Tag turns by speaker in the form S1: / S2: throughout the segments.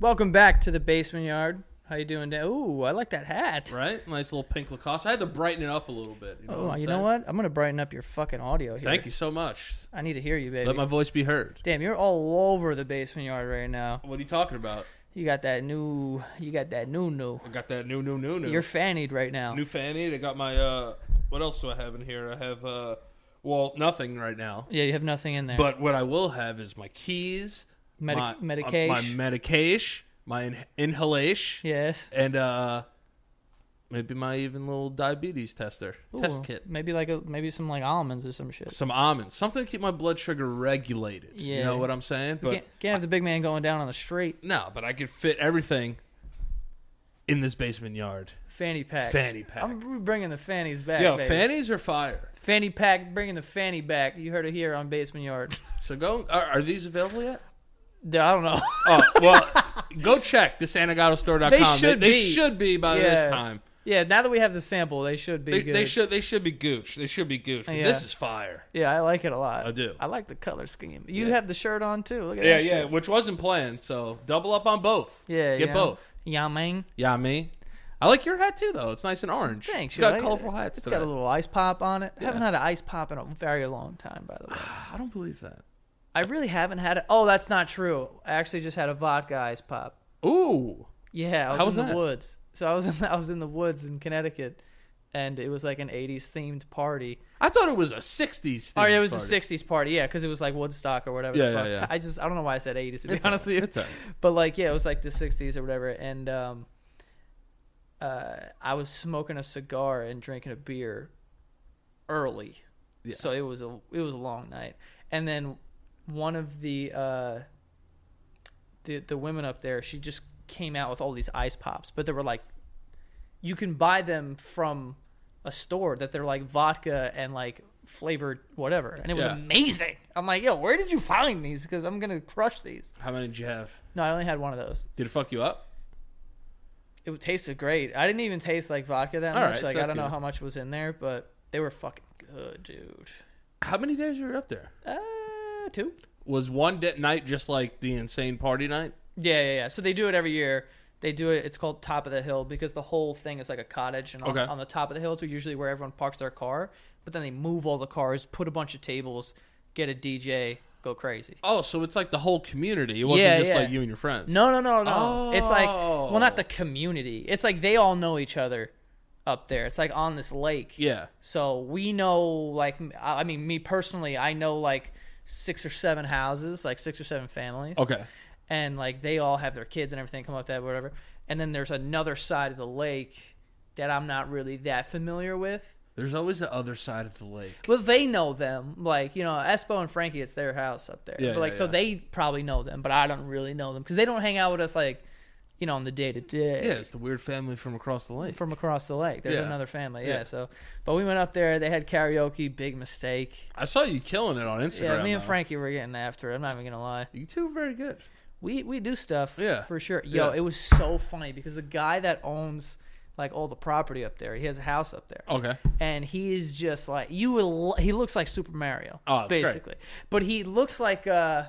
S1: Welcome back to the basement yard. How you doing? Dan? Ooh, I like that hat.
S2: Right? Nice little pink Lacoste. I had to brighten it up a little bit. You know
S1: Oh,
S2: what I'm
S1: you know
S2: saying?
S1: what? I'm gonna brighten up your fucking audio here.
S2: Thank you so much.
S1: I need to hear you, baby.
S2: Let my voice be heard.
S1: Damn, you're all over the basement yard right now.
S2: What are you talking about?
S1: You got that new, you got that new new.
S2: I got that new, new, new, new.
S1: You're fannied right now.
S2: new fanny. I got my, uh, what else do I have in here? I have, uh, well, nothing right now.
S1: yeah, you have nothing in there.
S2: But what I will have is my keys,
S1: Medi-
S2: my,
S1: medication.
S2: my medication, my in- inhalation,
S1: yes.
S2: and, uh, maybe my even little diabetes tester,
S1: Ooh,
S2: test kit.
S1: Maybe like a, maybe some like almonds or some shit.
S2: Some almonds, something to keep my blood sugar regulated. You
S1: Yeah.
S2: know what I'm saying?
S1: You can't, can't have the big man going down on the straight
S2: No, but I could fit everything in this basement yard.
S1: fanny pack.
S2: Fanny pack.
S1: I'm we're bringing the fannies back.
S2: Yo,
S1: baby.
S2: fannies are fire.
S1: fanny pack, bringing the fanny back. You heard it here on Basement Yard.
S2: So go. Are, are these available yet?
S1: Dude, I don't know.
S2: Oh well, go check thesantagatostore.com.
S1: They should
S2: they,
S1: be.
S2: should be by this
S1: Yeah.
S2: time.
S1: yeah, now that we have the sample, they should be
S2: They,
S1: good.
S2: they should. They should be gooch. They should be gooch. But
S1: Yeah.
S2: This is fire.
S1: Yeah, I like it a lot.
S2: I do.
S1: I like the color scheme. You
S2: Yeah.
S1: have the shirt on too. Look at
S2: Yeah,
S1: that.
S2: yeah.
S1: shit.
S2: Which wasn't planned. So double up on both.
S1: yeah.
S2: Get
S1: yeah.
S2: both.
S1: Yeah, man.
S2: Yeah, me. I like your hat too, though. It's nice and orange.
S1: Thanks. you
S2: You got
S1: like it?
S2: colorful hats
S1: It's
S2: today.
S1: got a little ice pop on it. I haven't had an ice pop in a very long time, by the way.
S2: I don't believe that.
S1: I really haven't had it. Oh, that's not true. I actually just had a vodka ice pop.
S2: Ooh.
S1: Yeah, I was
S2: How
S1: in
S2: was
S1: the
S2: that?
S1: woods. So I was in I was in the woods in Connecticut, and it was like an '80s themed party.
S2: I thought it was a '60s.
S1: Or Oh, it
S2: themed
S1: was
S2: party.
S1: a '60s party, yeah, because it was like Woodstock or whatever. the
S2: Yeah, yeah,
S1: fuck.
S2: yeah.
S1: I just I don't know why I said '80s to be
S2: It's
S1: honest with you.
S2: It's all right.
S1: But like, yeah, it was like the '60s or whatever, and um, uh, I was smoking a cigar and drinking a beer early,
S2: Yeah.
S1: so it was a it was a long night. And then one of the uh, the the women up there, she just came out with all these ice pops, but they were like, you can buy them from a store that they're like vodka and like flavored whatever, and it was
S2: Yeah.
S1: amazing. I'm like, yo, where did you find these? Because I'm gonna crush these.
S2: How many did you have?
S1: No, I only had one of those.
S2: Did it fuck you up?
S1: It tasted great. I didn't even taste like vodka that
S2: All
S1: much.
S2: right, so
S1: like I
S2: that's
S1: don't know
S2: good.
S1: how much was in there, but they were fucking good, dude.
S2: How many days were you up there?
S1: Uh, two.
S2: Was one de- night just like the insane party night?
S1: Yeah, yeah, yeah. So they do it every year. They do it. It's called Top of the Hill because the whole thing is like a cottage, and on,
S2: Okay.
S1: on the top of the hill is usually where everyone parks their car. But then they move all the cars, put a bunch of tables, get a DJ, go crazy.
S2: Oh, so it's like the whole community. It wasn't
S1: Yeah,
S2: just
S1: yeah.
S2: like you and your friends.
S1: No, no, no, no. It's like well, not the
S2: Oh.
S1: community. It's like they all know each other up there. It's like on this lake.
S2: Yeah.
S1: So we know, like, m- I I mean, me personally, I know like six or seven houses, like six or seven families,
S2: Okay.
S1: and like they all have their kids and everything come up that whatever. And then there's another side of the lake that I'm not really that familiar with.
S2: There's always the other side of the lake.
S1: Well, they know them, like you know, Espo and Frankie. It's their house up there,
S2: Yeah,
S1: but like
S2: yeah,
S1: so
S2: yeah.
S1: they probably know them, but I don't really know them because they don't hang out with us like you know on the day to day
S2: Yeah, it's the weird family from across the lake.
S1: from across the lake. There's
S2: Yeah.
S1: another family, yeah,
S2: Yeah.
S1: So, but we went up there. They had karaoke. Big mistake.
S2: I saw you killing it on Instagram.
S1: Yeah, me and
S2: though.
S1: Frankie were getting after it. I'm not even gonna lie.
S2: You two are very good.
S1: We we do stuff.
S2: Yeah.
S1: for sure. Yo,
S2: Yeah.
S1: it was so funny because the guy that owns like all the property up there, he has a house up there,
S2: Okay.
S1: and he is just like you will. He looks like Super Mario,
S2: Oh, that's great.
S1: basically. But he looks like uh,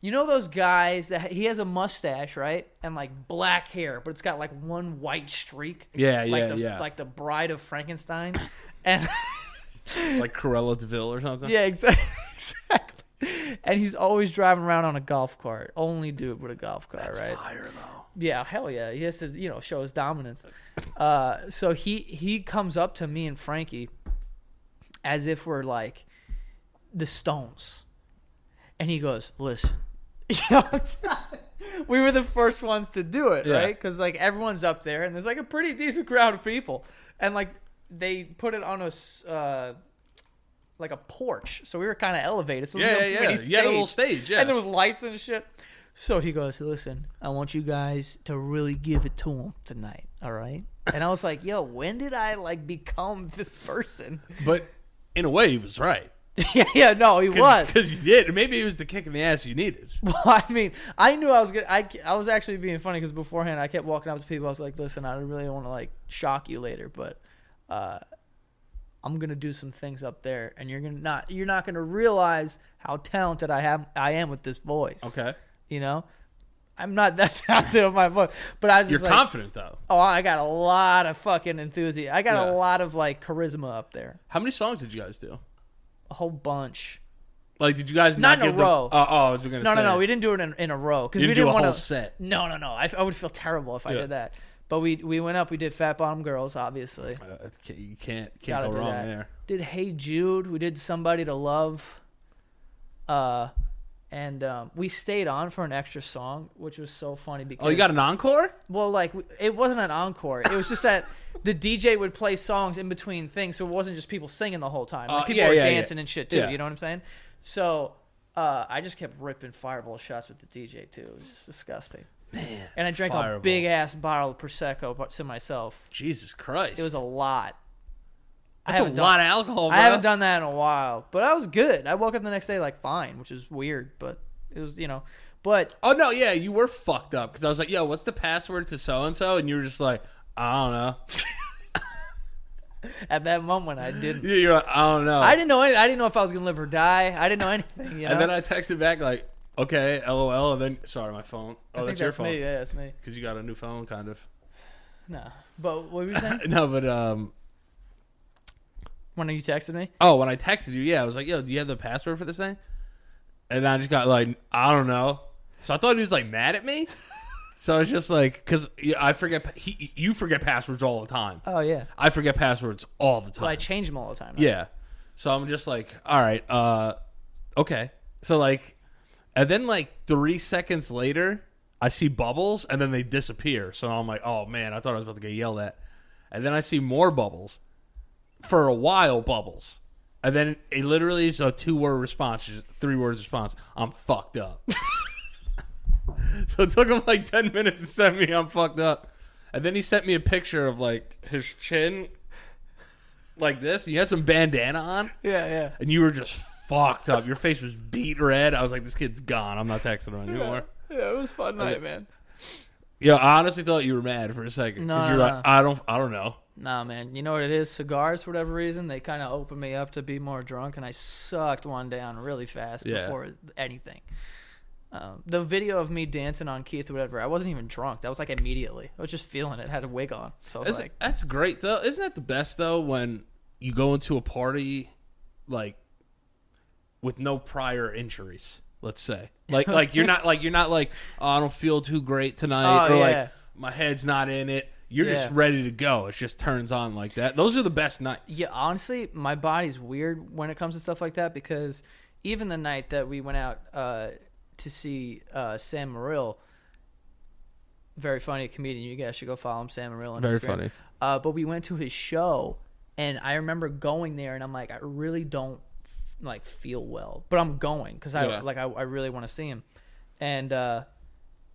S1: you know those guys that he has a mustache, right, and like black hair, but it's got like one white streak.
S2: Yeah,
S1: like
S2: yeah,
S1: the,
S2: yeah.
S1: Like the Bride of Frankenstein, and.
S2: Like Corella Deville or something.
S1: Yeah, exactly. exactly. And he's always driving around on a golf cart. Only dude with a golf cart, right?
S2: Fire though.
S1: Yeah, hell yeah. He has to, you know, show his dominance. Uh, so he he comes up to me and Frankie as if we're like the Stones, and he goes, "Listen." You know, it's not- we were the first ones to do it,
S2: Yeah.
S1: right? Because like everyone's up there, and there's like a pretty decent crowd of people, and like they put it on a s- uh, like a porch, so we were kind of elevated. So it was
S2: Yeah,
S1: like a
S2: yeah, yeah.
S1: mini
S2: You had a little stage, yeah.
S1: and there was lights and shit. So he goes, "Listen, I want you guys to really give it to him tonight, all right?" And I was like, "Yo, when did I like become this person?"
S2: But in a way, he was right.
S1: yeah, yeah, no, he was.
S2: Because you did. Maybe it was the kick in the ass you needed.
S1: Well, I mean, I knew I was gonna. I, I was actually being funny because beforehand I kept walking up to people. I was like, "Listen, I really want to like shock you later, but uh, I'm gonna do some things up there, and you're gonna not you're not gonna realize how talented I have I am with this voice."
S2: Okay.
S1: you know I'm not that talented on my phone, but I was
S2: You're
S1: just like,
S2: confident though.
S1: oh, I got a lot of fucking enthusiasm. I got a
S2: Yeah.
S1: lot of like charisma up there,
S2: How many songs did you guys do?
S1: a whole bunch.
S2: Like, did you guys
S1: Not
S2: not,
S1: in a
S2: give the-
S1: row.
S2: oh, oh, I was gonna
S1: No,
S2: say.
S1: no, no. We didn't do it in, in a row because
S2: You
S1: we
S2: didn't do a
S1: want
S2: whole
S1: to
S2: set.
S1: No, no, no. I, I would feel terrible if I
S2: Yeah.
S1: did that. But we we went up. We did Fat Bottom Girls, obviously.
S2: Uh, that's- can't- you can't can't
S1: Gotta
S2: go
S1: do
S2: wrong
S1: that.
S2: there.
S1: Did Hey Jude. We did Somebody to Love. Uh, and um, we stayed on for an extra song, which was so funny because
S2: Oh, you got an encore?
S1: well, like we- it wasn't an encore. It was just that the DJ would play songs in between things, so it wasn't just people singing the whole time. Like,
S2: Uh,
S1: people
S2: yeah,
S1: were
S2: yeah, yeah.
S1: dancing and shit too.
S2: Yeah.
S1: You know what I'm saying? So uh, I just kept ripping fireball shots with the DJ too. It was just disgusting. Man, and I drank a
S2: Fireball.
S1: big ass bottle of prosecco bu- to myself.
S2: Jesus Christ!
S1: It was a lot. I
S2: that's a
S1: haven't done-
S2: lot of alcohol.
S1: I haven't
S2: bro.
S1: done that in a while, but I was good. I woke up the next day like fine, which is weird, but it was you know. But
S2: Oh no, yeah, you were fucked up because I was like, "Yo, what's the password to so and so?" And you were just like, "I don't know."
S1: at that moment, I didn't.
S2: Yeah, you're like, "I don't know."
S1: I didn't know. Any, I didn't know if I was gonna live or die. I oh, didn't know anything. You know?
S2: And then I texted back like, "Okay, lol." And then, sorry, my phone.
S1: I
S2: Oh,
S1: think
S2: that's your phone
S1: me. Yeah, that's me.
S2: because you got a new phone, kind of.
S1: No, but what were you saying?
S2: no, but um.
S1: when you texted me?
S2: Oh, when I texted you, yeah, I was like, "Yo, do you have the password for this thing?" And I just got like, "I don't know." So I thought he was like mad at me. so it's just like, because I forget pa- he, you forget passwords all the time.
S1: Oh yeah,
S2: I forget passwords all the time.
S1: but I change them all the time.
S2: Yeah. So I'm just like, all right, uh, okay. So like, and then like three seconds later, I see bubbles and then they disappear. So I'm like, oh man, I thought I was about to get yelled at. And then I see more bubbles for a while, bubbles. And then it literally is a two word response, just three words response. I'm fucked up. so it took him like 10 minutes to send me, I'm fucked up. And then he sent me a picture of like his chin like this. You had some bandana on,
S1: yeah, yeah.
S2: and you were just fucked up. Your face was beat red. I was like, this kid's gone. I'm not texting him anymore.
S1: Yeah, it was fun night, man.
S2: Yeah, I honestly thought you were mad for a second because
S1: No,
S2: you're
S1: no,
S2: like, I don't, I don't know.
S1: Nah, man. You know what it is? Cigars, for whatever reason, they kind of opened me up to be more drunk, and I sucked one down really fast
S2: Yeah.
S1: before anything. Um, the video of me dancing on Keith, or whatever, I wasn't even drunk. That was like immediately. I was just feeling it. Had a wig on, so I was
S2: That's,
S1: like,
S2: that's great though. Isn't that the best though when you go into a party like with no prior injuries? Let's say like like you're not like you're not like oh, I don't feel too great tonight
S1: Oh,
S2: or
S1: yeah.
S2: like my head's not in it. You're just
S1: Yeah.
S2: ready to go. It just turns on like that. Those are the best nights.
S1: Yeah, honestly, my body's weird when it comes to stuff like that because even the night that we went out uh, to see uh, Sam Morril, very funny comedian. You guys should go follow him, Sam Morril. On
S2: Very
S1: Instagram.
S2: funny.
S1: Uh, but we went to his show, and I remember going there, and I'm like, I really don't like feel well, but I'm going because I
S2: Yeah.
S1: like I, I really want to see him, and uh,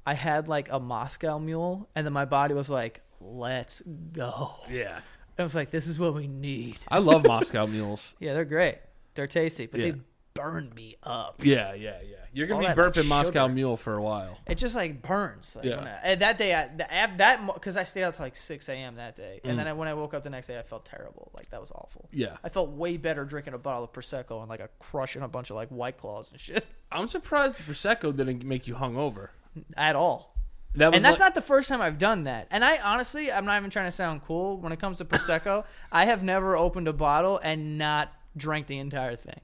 S1: I had like a Moscow Mule, and then my body was like, let's go.
S2: Yeah.
S1: I was like, this is what we need.
S2: I love Moscow mules.
S1: Yeah, they're great. They're tasty, but
S2: Yeah.
S1: they burn me up.
S2: Yeah, yeah, yeah. You're gonna
S1: All
S2: be
S1: that, like,
S2: burping Moscow
S1: sugar.
S2: mule for a while.
S1: It just like burns. Like,
S2: Yeah.
S1: when I- and that day, I, the, af- that because I stayed out till like six a.m. that day, and then I, when I woke up the next day, I felt terrible. Like that was awful.
S2: Mm. Yeah.
S1: I felt way better drinking a bottle of prosecco and like a crushing a bunch of like white claws and shit
S2: I'm surprised the prosecco didn't make you hungover.
S1: at all.
S2: That was
S1: And that's
S2: like-
S1: not the first time I've done that. And I honestly, I'm not even trying to sound cool. When it comes to prosecco, I have never opened a bottle and not drank the entire thing.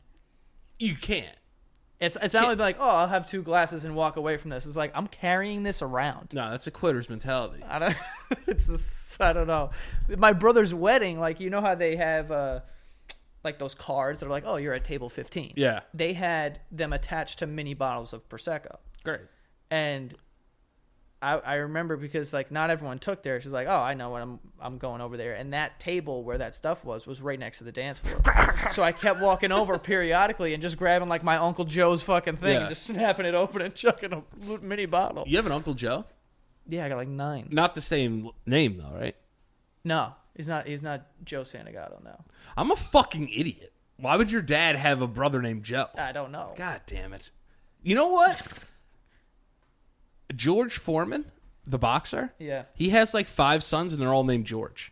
S2: you can't.
S1: It's it's not like, like oh I'll have two glasses and walk away from this. It's like I'm carrying this around.
S2: No, that's a quitter's mentality.
S1: I don't. It's just, I don't know. My brother's wedding, like you know how they have uh, like those cards that are like oh you're at table fifteen.
S2: Yeah.
S1: They had them attached to mini bottles of prosecco,
S2: Great.
S1: and I I remember because like not everyone took theirs. She's like oh I know what I'm I'm going over there, and that table where that stuff was was right next to the dance floor. so I kept walking over periodically and just grabbing like my Uncle Joe's fucking thing
S2: Yeah.
S1: and just snapping it open and chucking a little mini bottle.
S2: You have an Uncle Joe?
S1: Yeah, I got like nine.
S2: Not the same name though, right?
S1: No, he's not. He's not Joe Santagato. No,
S2: I'm a fucking idiot. Why would your dad have a brother named Joe?
S1: I don't know.
S2: God damn it. You know what? George Foreman, the boxer,
S1: Yeah,
S2: he has like five sons and they're all named George.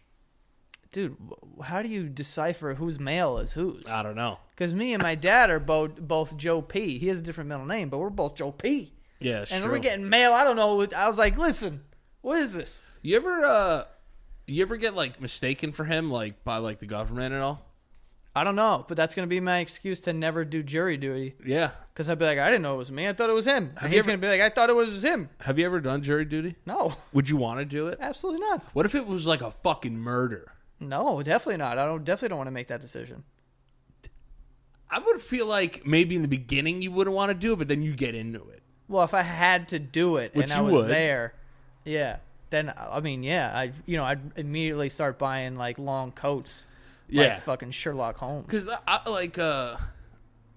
S1: dude, wh- how do you decipher whose male is whose?
S2: I don't know.
S1: Because me and my dad are both both Joe P. He has a different middle name, but we're both Joe P.
S2: Yeah, it's
S1: and
S2: true.
S1: we're getting mail. I don't know. I was like, listen, what is this?
S2: you ever uh, you ever get like mistaken for him, like by like the government and all?
S1: I don't know, but that's gonna be my excuse to never do jury duty
S2: Yeah.
S1: because I'd be like, I didn't know it was me. I thought it was him. And
S2: Have you
S1: he's
S2: ever-
S1: gonna be like, I thought it was him.
S2: Have you ever done jury duty?
S1: No,
S2: Would you want to do it?
S1: absolutely not.
S2: What if it was like a fucking murder?
S1: No, definitely not. I don't definitely don't want to make that decision.
S2: I would feel like maybe in the beginning you wouldn't want to do it, but then you get into it.
S1: Well, if I had to do it
S2: Which
S1: and I
S2: you
S1: was
S2: would.
S1: there, yeah, then I mean, yeah, I you know I'd immediately start buying like long coats,
S2: Yeah.
S1: like fucking Sherlock Holmes.
S2: Because I, I like uh,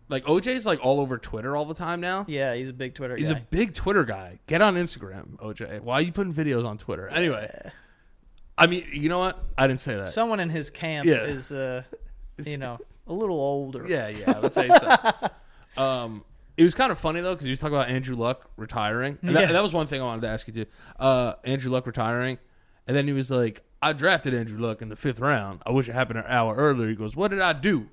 S2: like OJ's like all over Twitter all the time now.
S1: Yeah, he's a big Twitter
S2: He's
S1: guy.
S2: a big Twitter guy. Get on Instagram, OJ. Why are you putting videos on Twitter? Anyway, I mean, you know what? I didn't say that.
S1: Someone in his camp
S2: Yeah.
S1: is, uh, you know, a little older.
S2: yeah, yeah. Let's say so. um, it was kind of funny though because he was talking about Andrew Luck retiring. And that,
S1: Yeah.
S2: that was one thing I wanted to ask you too. Uh, Andrew Luck retiring, and then he was like, "I drafted Andrew Luck in the fifth round. I wish it happened an hour earlier." He goes, "What did I do?"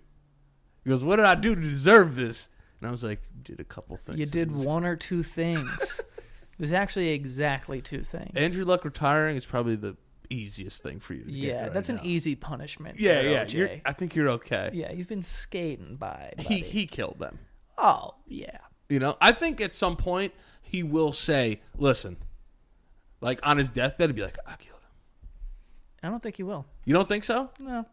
S2: He goes, "What did I do to deserve this?" And I was like, "You "Did a couple things.
S1: You did one or two things. it was actually exactly two things.
S2: Andrew Luck retiring is probably the easiest thing for you to get.
S1: yeah,
S2: right
S1: that's an e
S2: now.
S1: easy punishment.
S2: Yeah,
S1: there,
S2: yeah.
S1: OJ.
S2: You're, I think you're okay.
S1: yeah, you've been skating by.
S2: he
S1: buddy.
S2: he killed them.
S1: oh yeah,
S2: You know, I think at some point he will say, "Listen," like on his deathbed, he'd be like, "I killed him."
S1: I don't think he will.
S2: You don't think so?
S1: No.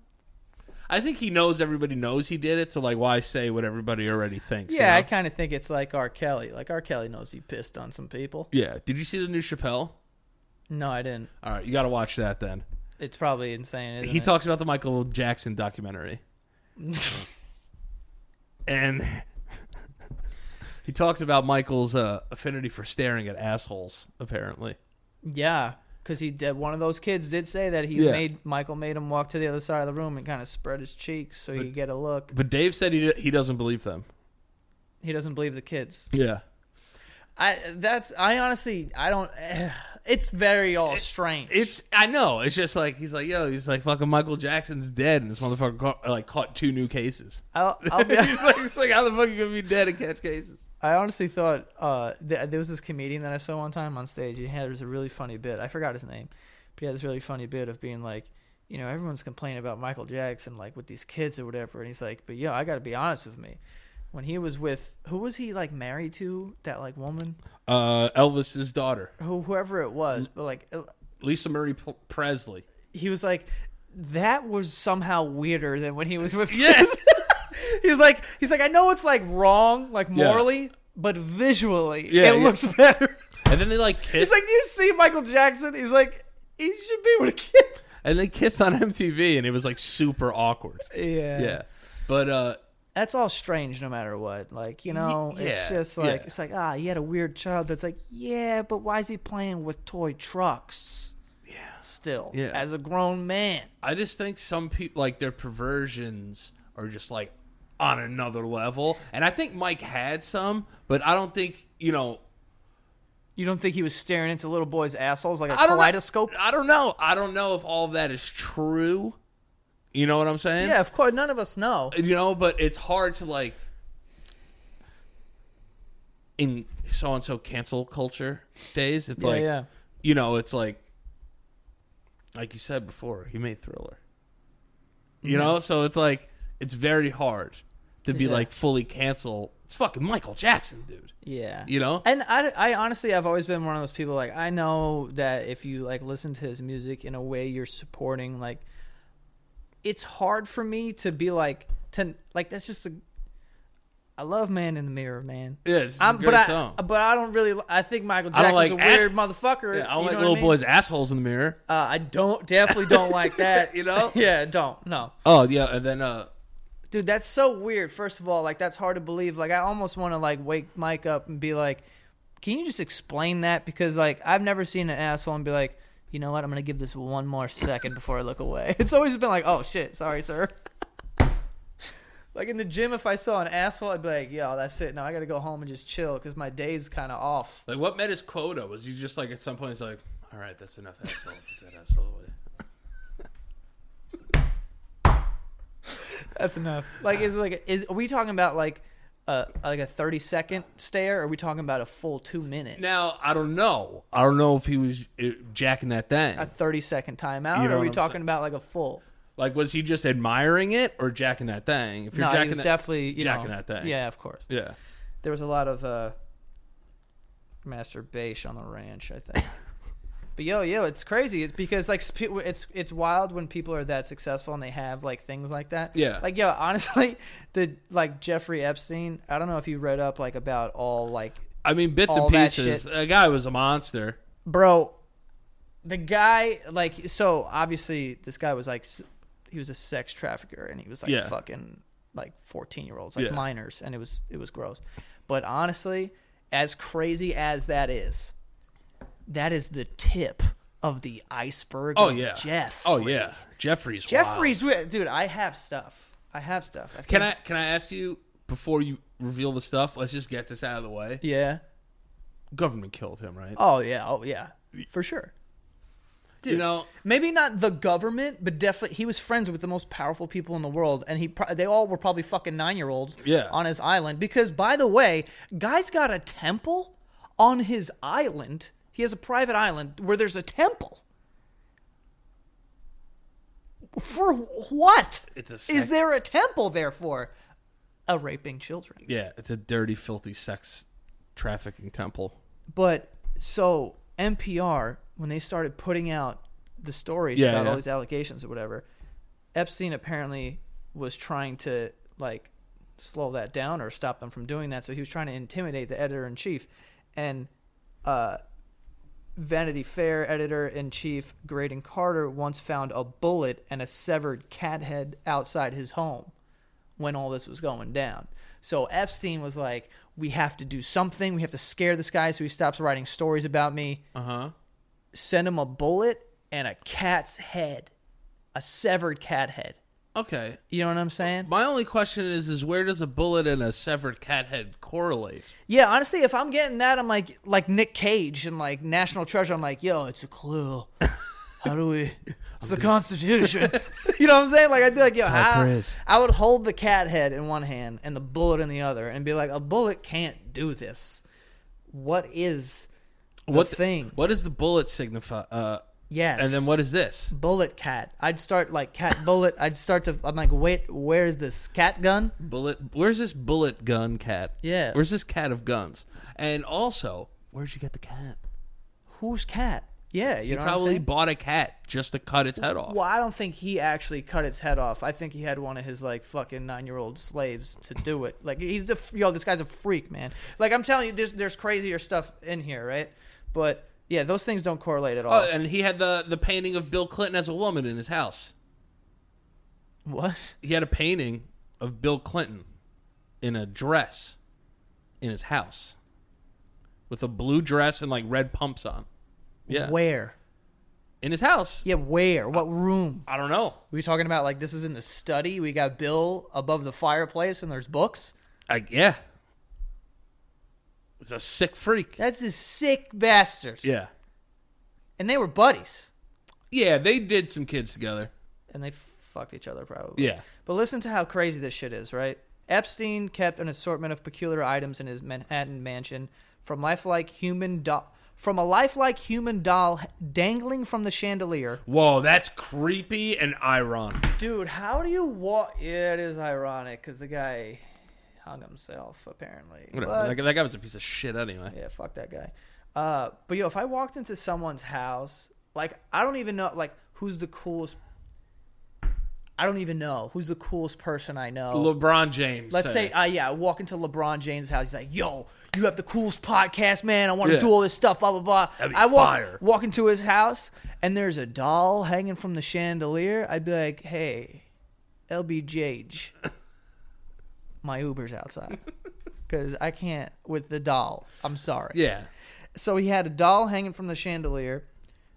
S2: I think he knows everybody knows he did it, so like, why say what everybody already thinks? you
S1: Yeah, I
S2: know?
S1: kind of think it's like R. Kelly. Like R. Kelly knows he pissed on some people.
S2: yeah. Did you see the new Chappelle?
S1: No, I didn't.
S2: All right, you got to watch that then.
S1: It's probably insane. Isn't
S2: he
S1: it?
S2: talks about the Michael Jackson documentary, and he talks about Michael's uh, affinity for staring at assholes. Apparently,
S1: yeah, because he did. One of those kids did say that he
S2: Yeah.
S1: made Michael made him walk to the other side of the room and kind of spread his cheeks so he could get a look.
S2: but Dave said he he doesn't believe them.
S1: He doesn't believe the kids.
S2: Yeah,
S1: I that's I honestly I don't. It's very all strange.
S2: It's I know. It's just like he's like, yo, he's like fucking Michael Jackson's dead, and this motherfucker caught, like caught two new cases.
S1: I'll, I'll be.
S2: he's, like, he's like, how the fuck you gonna be dead and catch cases?
S1: I honestly thought uh, th- there was this comedian that I saw one time on stage. He had this really funny bit. I forgot his name, but he had this really funny bit of being like, you know, everyone's complaining about Michael Jackson, like with these kids or whatever. And he's like, but you know, I got to be honest with me. When he was with who was he like married to? That like woman,
S2: Uh, Elvis's daughter,
S1: who whoever it was, but like it-
S2: Lisa Marie P- Presley.
S1: he was like that was somehow weirder than when he was with yes he's like he's like i know it's like wrong like
S2: Yeah.
S1: morally but visually
S2: Yeah,
S1: it
S2: yeah.
S1: looks better
S2: And then they like
S1: he's
S2: kissed,
S1: like "Do you see michael jackson he's like he should be with a kid
S2: and they kissed on MTV, and it was like super awkward.
S1: yeah
S2: Yeah, but uh,
S1: that's all strange no matter what like you know
S2: yeah,
S1: it's just like
S2: yeah.
S1: it's like ah he had a weird child that's like yeah but why is he playing with toy trucks yeah still
S2: Yeah.
S1: as a grown man
S2: I just think some people like their perversions are just like on another level, and I think Mike had some, but I don't think you know
S1: you don't think he was staring into little boys assholes like a
S2: I don't know-
S1: kaleidoscope
S2: I don't know. I don't know if all of that is true. You know what I'm saying?
S1: Yeah, of course. None of us know.
S2: You know, but it's hard to like in so and so cancel culture days. It's
S1: Yeah,
S2: like
S1: yeah.
S2: you know, it's like like you said before, he made Thriller. You know, so it's like it's very hard to be
S1: Mm-hmm. Yeah.
S2: like fully cancel. It's fucking Michael Jackson, dude.
S1: Yeah.
S2: You know?
S1: And I, I honestly, I've always been one of those people. Like, I know that if you like listen to his music in a way, you're supporting. Like, it's hard for me to be like to like. That's just a. I love Man in the Mirror, man.
S2: Yeah, it's just a
S1: I'm,
S2: great
S1: but I,
S2: song.
S1: but I don't really. I think Michael
S2: I don't
S1: Jackson's a
S2: like ass-
S1: weird motherfucker.
S2: Yeah, I don't
S1: you
S2: like
S1: know what
S2: little
S1: mean?
S2: boys' assholes in the mirror.
S1: Uh, I don't definitely don't like that.
S2: You know?
S1: Yeah, don't no.
S2: Oh yeah, and then uh
S1: Dude, that's so weird. First of all, like that's hard to believe. Like I almost want to like wake Mike up and be like, "Can you just explain that?" Because like I've never seen an asshole and be like, "You know what? I'm gonna give this one more second before I look away." It's always been like, "Oh shit, sorry, sir." like in the gym, if I saw an asshole, I'd be like, "Yo, that's it. Now I gotta go home and just chill because my day's kind of off."
S2: Like what met his quota? Was he just like at some point he's like, all right, that's enough asshole. Put that asshole away.
S1: That's enough. Like, is like, is are we talking about like a like a thirty second stare? Or are we talking about a full two minute?
S2: Now I don't know. I don't know if he was uh, jacking that thing.
S1: A thirty second timeout?
S2: You know
S1: or are
S2: what
S1: we
S2: I'm
S1: talking
S2: saying.
S1: about like a full?
S2: Like, was he just admiring it or jacking that thing? If you're
S1: No,
S2: jacking
S1: he was
S2: that,
S1: definitely you
S2: jacking
S1: know,
S2: that thing.
S1: Yeah, of course.
S2: yeah.
S1: There was a lot of uh, masturbation on the ranch, I think. but yo, yo, it's crazy. It's because like sp- it's it's wild when people are that successful and they have like things like that.
S2: Yeah.
S1: Like yo, honestly, the like Jeffrey Epstein. I don't know if you read up like about all like
S2: I mean, bits
S1: All
S2: and
S1: that
S2: pieces. The guy was a monster.
S1: bro the guy like so obviously this guy was like s- he was a sex trafficker and he was like
S2: Yeah.
S1: fucking like 14 year olds like
S2: Yeah.
S1: minors and it was it was gross but honestly as crazy as that is that is the tip of the iceberg
S2: Oh
S1: of
S2: yeah,
S1: Jeff
S2: Oh yeah, Jeffrey's. wild.
S1: Jeffrey's wi- dude I have stuff I have stuff I
S2: Can
S1: think-
S2: I can I ask you before you reveal the stuff? Let's just get this out of the way.
S1: yeah
S2: Government killed him, right?
S1: oh yeah oh yeah for sure
S2: You know,
S1: maybe not the government, but definitely he was friends with the most powerful people in the world, and he pro- they all were probably fucking nine year olds
S2: Yeah.
S1: on his island. Because by the way, guy's got a temple on his island. He has a private island where there's a temple. For what?
S2: It's a
S1: Is
S2: sect-
S1: there a temple there for? A raping children.
S2: yeah, it's a dirty, filthy sex trafficking temple.
S1: But so NPR, when they started putting out the stories
S2: Yeah,
S1: about
S2: yeah.
S1: all these allegations or whatever, Epstein apparently was trying to like slow that down or stop them from doing that. So he was trying to intimidate the editor in chief, and uh, Vanity Fair editor in chief Graydon Carter once found a bullet and a severed cat head outside his home when all this was going down. So Epstein was like, "We have to do something. We have to scare this guy so he stops writing stories about me.
S2: Uh huh.
S1: Send him a bullet and a cat's head, a severed cat head.
S2: Okay.
S1: You know what I'm saying?
S2: My only question is: is where does a bullet and a severed cat head correlate?
S1: Yeah, honestly, if I'm getting that, I'm like, like Nick Cage and like National Treasure. I'm like, yo, it's a clue. How do we? It's the Constitution. you know what I'm saying? Like I'd be like, yo,
S2: how it
S1: how?
S2: is.
S1: I would hold the cat head in one hand and the bullet in the other, and be like, a bullet can't do this. What is the
S2: what the-
S1: thing?
S2: What does the bullet signify? Uh,
S1: yes.
S2: and then what is this?
S1: Bullet cat. I'd start like cat bullet. I'd start to. I'm like, wait, where's this cat gun?
S2: Bullet. Where's this bullet gun cat?
S1: Yeah.
S2: Where's this cat of guns? And also, where'd you get the cat?
S1: Who's cat? Yeah, you know what I'm
S2: Probably
S1: saying?
S2: bought a cat just to cut its head off.
S1: Well, I don't think he actually cut its head off. I think he had one of his like fucking nine year old slaves to do it. Like he's the yo, this guy's a freak, man. Like I'm telling you, there's there's crazier stuff in here, right? But yeah, those things don't correlate at all.
S2: Oh, and he had the the painting of Bill Clinton as a woman in his house.
S1: what?
S2: He had a painting of Bill Clinton in a dress in his house with a blue dress and like red pumps on. Yeah.
S1: Where?
S2: In his house.
S1: Yeah, where? What room?
S2: I don't know.
S1: We talking about like this is in the study. We got Bill above the fireplace, and there's books.
S2: I yeah. It's a sick freak.
S1: That's a sick bastard.
S2: Yeah.
S1: And they were buddies,
S2: Yeah, they did some kids together.
S1: and they fucked each other probably.
S2: Yeah.
S1: But listen to how crazy this shit is, right? Epstein kept an assortment of peculiar items in his Manhattan mansion, from lifelike human doll, from a lifelike human doll h- dangling from the chandelier.
S2: Whoa, that's creepy and ironic.
S1: Dude, how do you walk? Yeah, it is ironic because the guy hung himself apparently.
S2: Whatever.
S1: But-
S2: that, guy- that guy was a piece of shit anyway.
S1: Yeah, fuck that guy. Uh, but yo, if I walked into someone's house, like I don't even know, like who's the coolest. I don't even know who's the coolest person I know.
S2: LeBron James.
S1: Let's say, uh, yeah, I walk into LeBron James' house. He's like, "Yo, you have the coolest podcast, man. I want to
S2: Yeah.
S1: do all this stuff, blah blah blah."
S2: That'd be
S1: I walk
S2: fire.
S1: walk into his house, and there's a doll hanging from the chandelier. I'd be like, "Hey, LBJ, my Uber's outside because I can't with the doll. I'm sorry."
S2: Yeah.
S1: So he had a doll hanging from the chandelier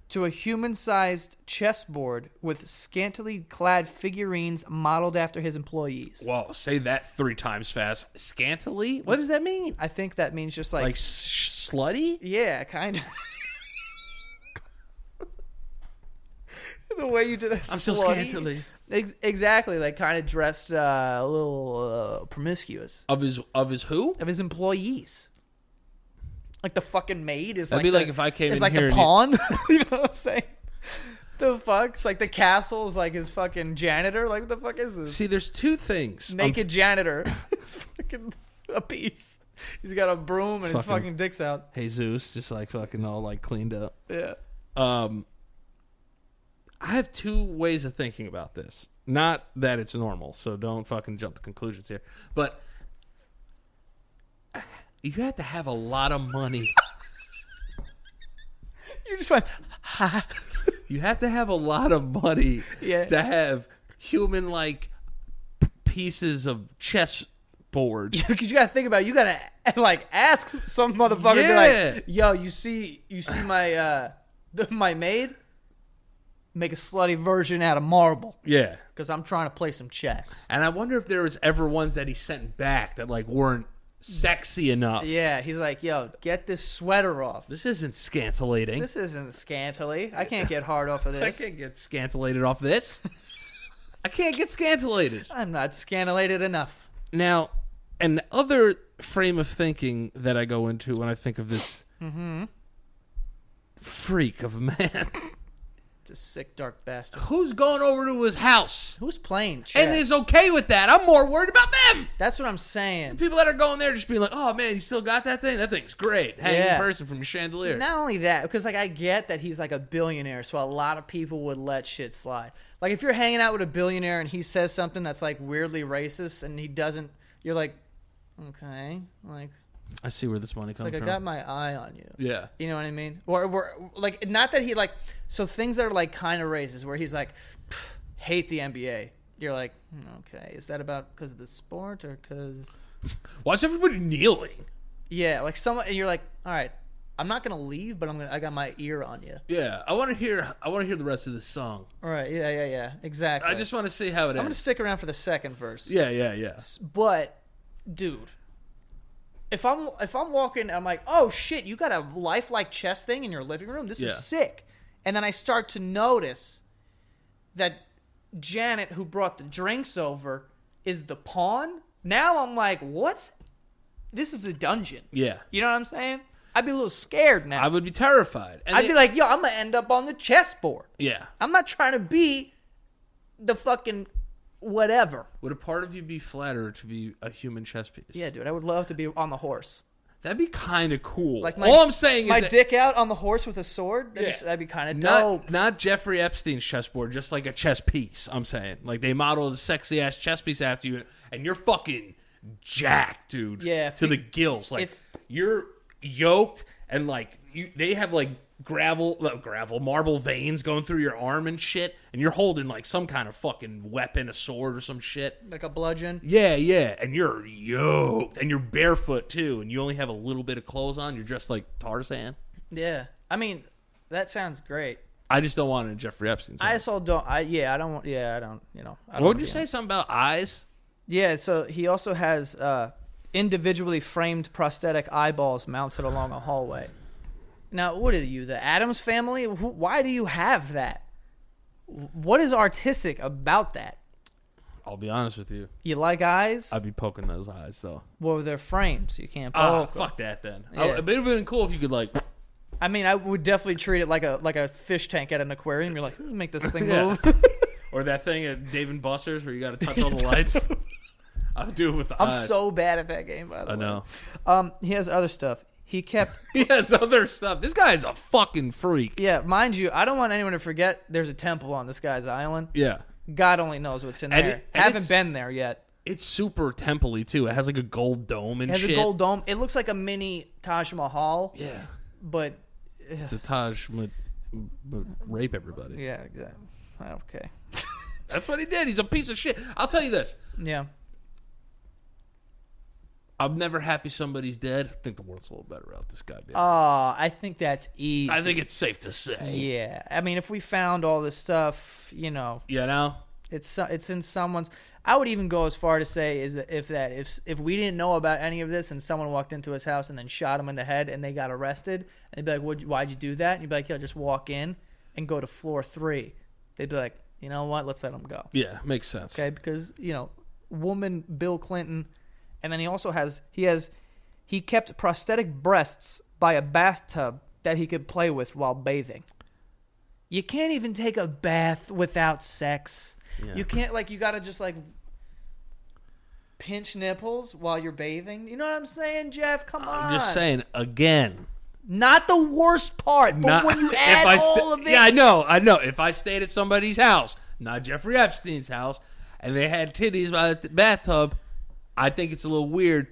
S1: to a human sized chessboard with scantily clad figurines modeled after his employees.
S2: Whoa, say that three times fast. Scantily? What does that mean?
S1: I think that means just
S2: Like s- slutty?
S1: Yeah, kind of. the way you did that.
S2: I'm so
S1: slutty.
S2: scantily.
S1: Ex- exactly, like kind of dressed uh, a little uh, promiscuous
S2: Of his of his who?
S1: of his employees. Like the fucking maid is
S2: That'd
S1: like
S2: be
S1: the,
S2: like if I came
S1: is
S2: in
S1: like
S2: here
S1: the
S2: and you-
S1: pawn. you know what I'm saying? The fuck? It's like the castle is like his fucking janitor. Like what the fuck is this?
S2: See, there's two things. I'm
S1: Naked janitor. It's fucking a piece. He's got a broom and his
S2: Fucking-
S1: fucking dick's out.
S2: f- Jesus, just like fucking all like cleaned up.
S1: Yeah.
S2: Um, I have two ways of thinking about this. Not that it's normal, so don't fucking jump to conclusions here. But you have to have a lot of money.
S1: You just went.
S2: you have to have a lot of money
S1: Yeah.
S2: to have human like pieces of chessboard.
S1: because you gotta think about it. you gotta like ask some motherfucker be
S2: Yeah.
S1: like yo you see you see my uh the, my maid make a slutty version out of marble
S2: Yeah.
S1: because i'm trying to play some chess
S2: And I wonder if there was ever ones that he sent back that like weren't sexy enough.
S1: yeah he's like yo get this sweater off
S2: This isn't scantilating.
S1: this isn't scantily i can't get hard off of
S2: I
S1: this
S2: can't get scantilated off this. I can't get scantilated.
S1: i'm not scantilated enough
S2: Now, an other frame of thinking that I go into when I think of this
S1: Mm-hmm.
S2: freak of a man
S1: it's a sick dark bastard
S2: who's going over to his house
S1: who's playing chess
S2: and is okay with that. I'm more worried about them.
S1: that's what i'm saying
S2: People that are going there just being like, "Oh man, you still got that thing? That thing's great." Hanging
S1: Yeah.
S2: person from your chandelier.
S1: Not only that, because like I get that he's like a billionaire, so a lot of people would let shit slide. Like if you're hanging out with a billionaire and he says something that's like weirdly racist and he doesn't, you're like, okay, like
S2: I see where this money
S1: it's
S2: comes
S1: like I
S2: from.
S1: got my eye on you.
S2: yeah.
S1: You know what I mean? Or, or like not that he like so things that are like kind of racist, where he's like, "Pff, hate the NBA. You're like, "Hmm, okay, is that about because of the sport or because?
S2: Why's everybody kneeling?
S1: Yeah, like someone, and you're like, all right, I'm not gonna leave, but I'm gonna I got my ear on you.
S2: Yeah, I want to hear. I want to hear the rest of this song.
S1: All right. Yeah. Yeah. Yeah. Exactly.
S2: I just want to see how it
S1: I'm gonna
S2: ends.
S1: stick around for the second verse.
S2: Yeah, yeah, yeah.
S1: But, dude, if I'm if I'm walking, I'm like, oh shit, you got a lifelike chess thing in your living room. This
S2: Yeah.
S1: is sick. And then I start to notice that Janet, who brought the drinks over, is the pawn. Now I'm like, what's? This is a dungeon.
S2: Yeah.
S1: You know what I'm saying? I'd be a little scared now.
S2: I would be terrified. And
S1: I'd
S2: it-
S1: be like, yo, I'm gonna end up on the chessboard.
S2: yeah.
S1: I'm not trying to be the fucking whatever.
S2: Would a part of you be flattered to be a human chess piece?
S1: Yeah, dude, I would love to be on the horse.
S2: that'd be kind of cool.
S1: Like my,
S2: all I'm saying
S1: my
S2: is that-
S1: dick out on the horse with a sword. That'd,
S2: Yeah.
S1: be, that'd be kind of dope.
S2: Not, not Jeffrey Epstein's chessboard, just like a chess piece. I'm saying, like they model the sexy ass chess piece after you, and you're fucking jacked, dude.
S1: Yeah, if
S2: to
S1: we-
S2: the gills. Like
S1: if-
S2: you're yoked, and like you, they have like gravel, uh, gravel, marble veins going through your arm and shit, and you're holding like some kind of fucking weapon, a sword or some shit.
S1: Like a bludgeon.
S2: Yeah, yeah, and you're yoked, and you're barefoot too, and you only have a little bit of clothes on. You're dressed like Tarzan.
S1: Yeah. I mean, that sounds great.
S2: I just don't want it in Jeffrey Epstein's.
S1: I
S2: house.
S1: just all don't. I yeah. I don't. want Yeah. I don't. You know. I don't
S2: What would
S1: wanna
S2: you
S1: be
S2: say
S1: on-
S2: something about eyes?
S1: Yeah. So he also has uh, individually framed prosthetic eyeballs mounted along a hallway. Now, what are you, the Adams family? Who, why do you have that? What is artistic about that?
S2: I'll be honest with you.
S1: You like eyes?
S2: I'd be poking those eyes though.
S1: Well, they're frames. You can't poke.
S2: Oh,
S1: 'em.
S2: fuck that then.
S1: Yeah.
S2: I, it would have been cool if you could like
S1: I mean, I would definitely treat it like a like a fish tank at an aquarium. You're like, "Hmm, make this thing
S2: Yeah.
S1: move.
S2: or that thing at Dave and Buster's where you got to touch all the lights. I'll do it with the
S1: I'm
S2: eyes.
S1: so bad at that game. By the
S2: I
S1: way,
S2: know.
S1: Um, he has other stuff. He kept,
S2: He has other stuff. This guy's a fucking freak.
S1: yeah, mind you, I don't want anyone to forget. There's a temple on this guy's island.
S2: Yeah.
S1: God only knows what's in
S2: And
S1: there.
S2: it- and
S1: Haven't
S2: it's-
S1: been there yet.
S2: It's super temple-y too. It has like a gold dome and
S1: It has
S2: shit.
S1: a gold dome. It looks like a mini Taj Mahal,
S2: Yeah.
S1: but
S2: The Taj would, would rape everybody.
S1: yeah, exactly. Okay,
S2: That's what he did. He's a piece of shit. I'll tell you this.
S1: yeah.
S2: I'm never happy somebody's dead. I think the world's a little better without this guy. being-
S1: Oh, I think that's easy.
S2: I think it's safe to say.
S1: yeah. I mean, if we found all this stuff, you know,
S2: You know?
S1: It's so- it's in someone's. I would even go as far to say is that if that if if we didn't know about any of this and someone walked into his house and then shot him in the head and they got arrested and they'd be like, "Would why'd you do that?" And you'd be like, "Yo, just walk in and go to floor three. They'd be like, you know what? Let's let him go.
S2: Yeah, makes sense.
S1: Okay, because you know, woman Bill Clinton, and then he also has he has he kept prosthetic breasts by a bathtub that he could play with while bathing. You can't even take a bath without sex.
S2: Yeah.
S1: You can't like you got to just like pinch nipples while you're bathing. You know what I'm saying, Jeff? Come on.
S2: I'm just saying again.
S1: Not the worst part, but
S2: not-
S1: when you
S2: if
S1: add
S2: I sta-
S1: all of it,
S2: Yeah, I know, I know. If I stayed at somebody's house, not Jeffrey Epstein's house, and they had titties by the th- bathtub, I think it's a little weird,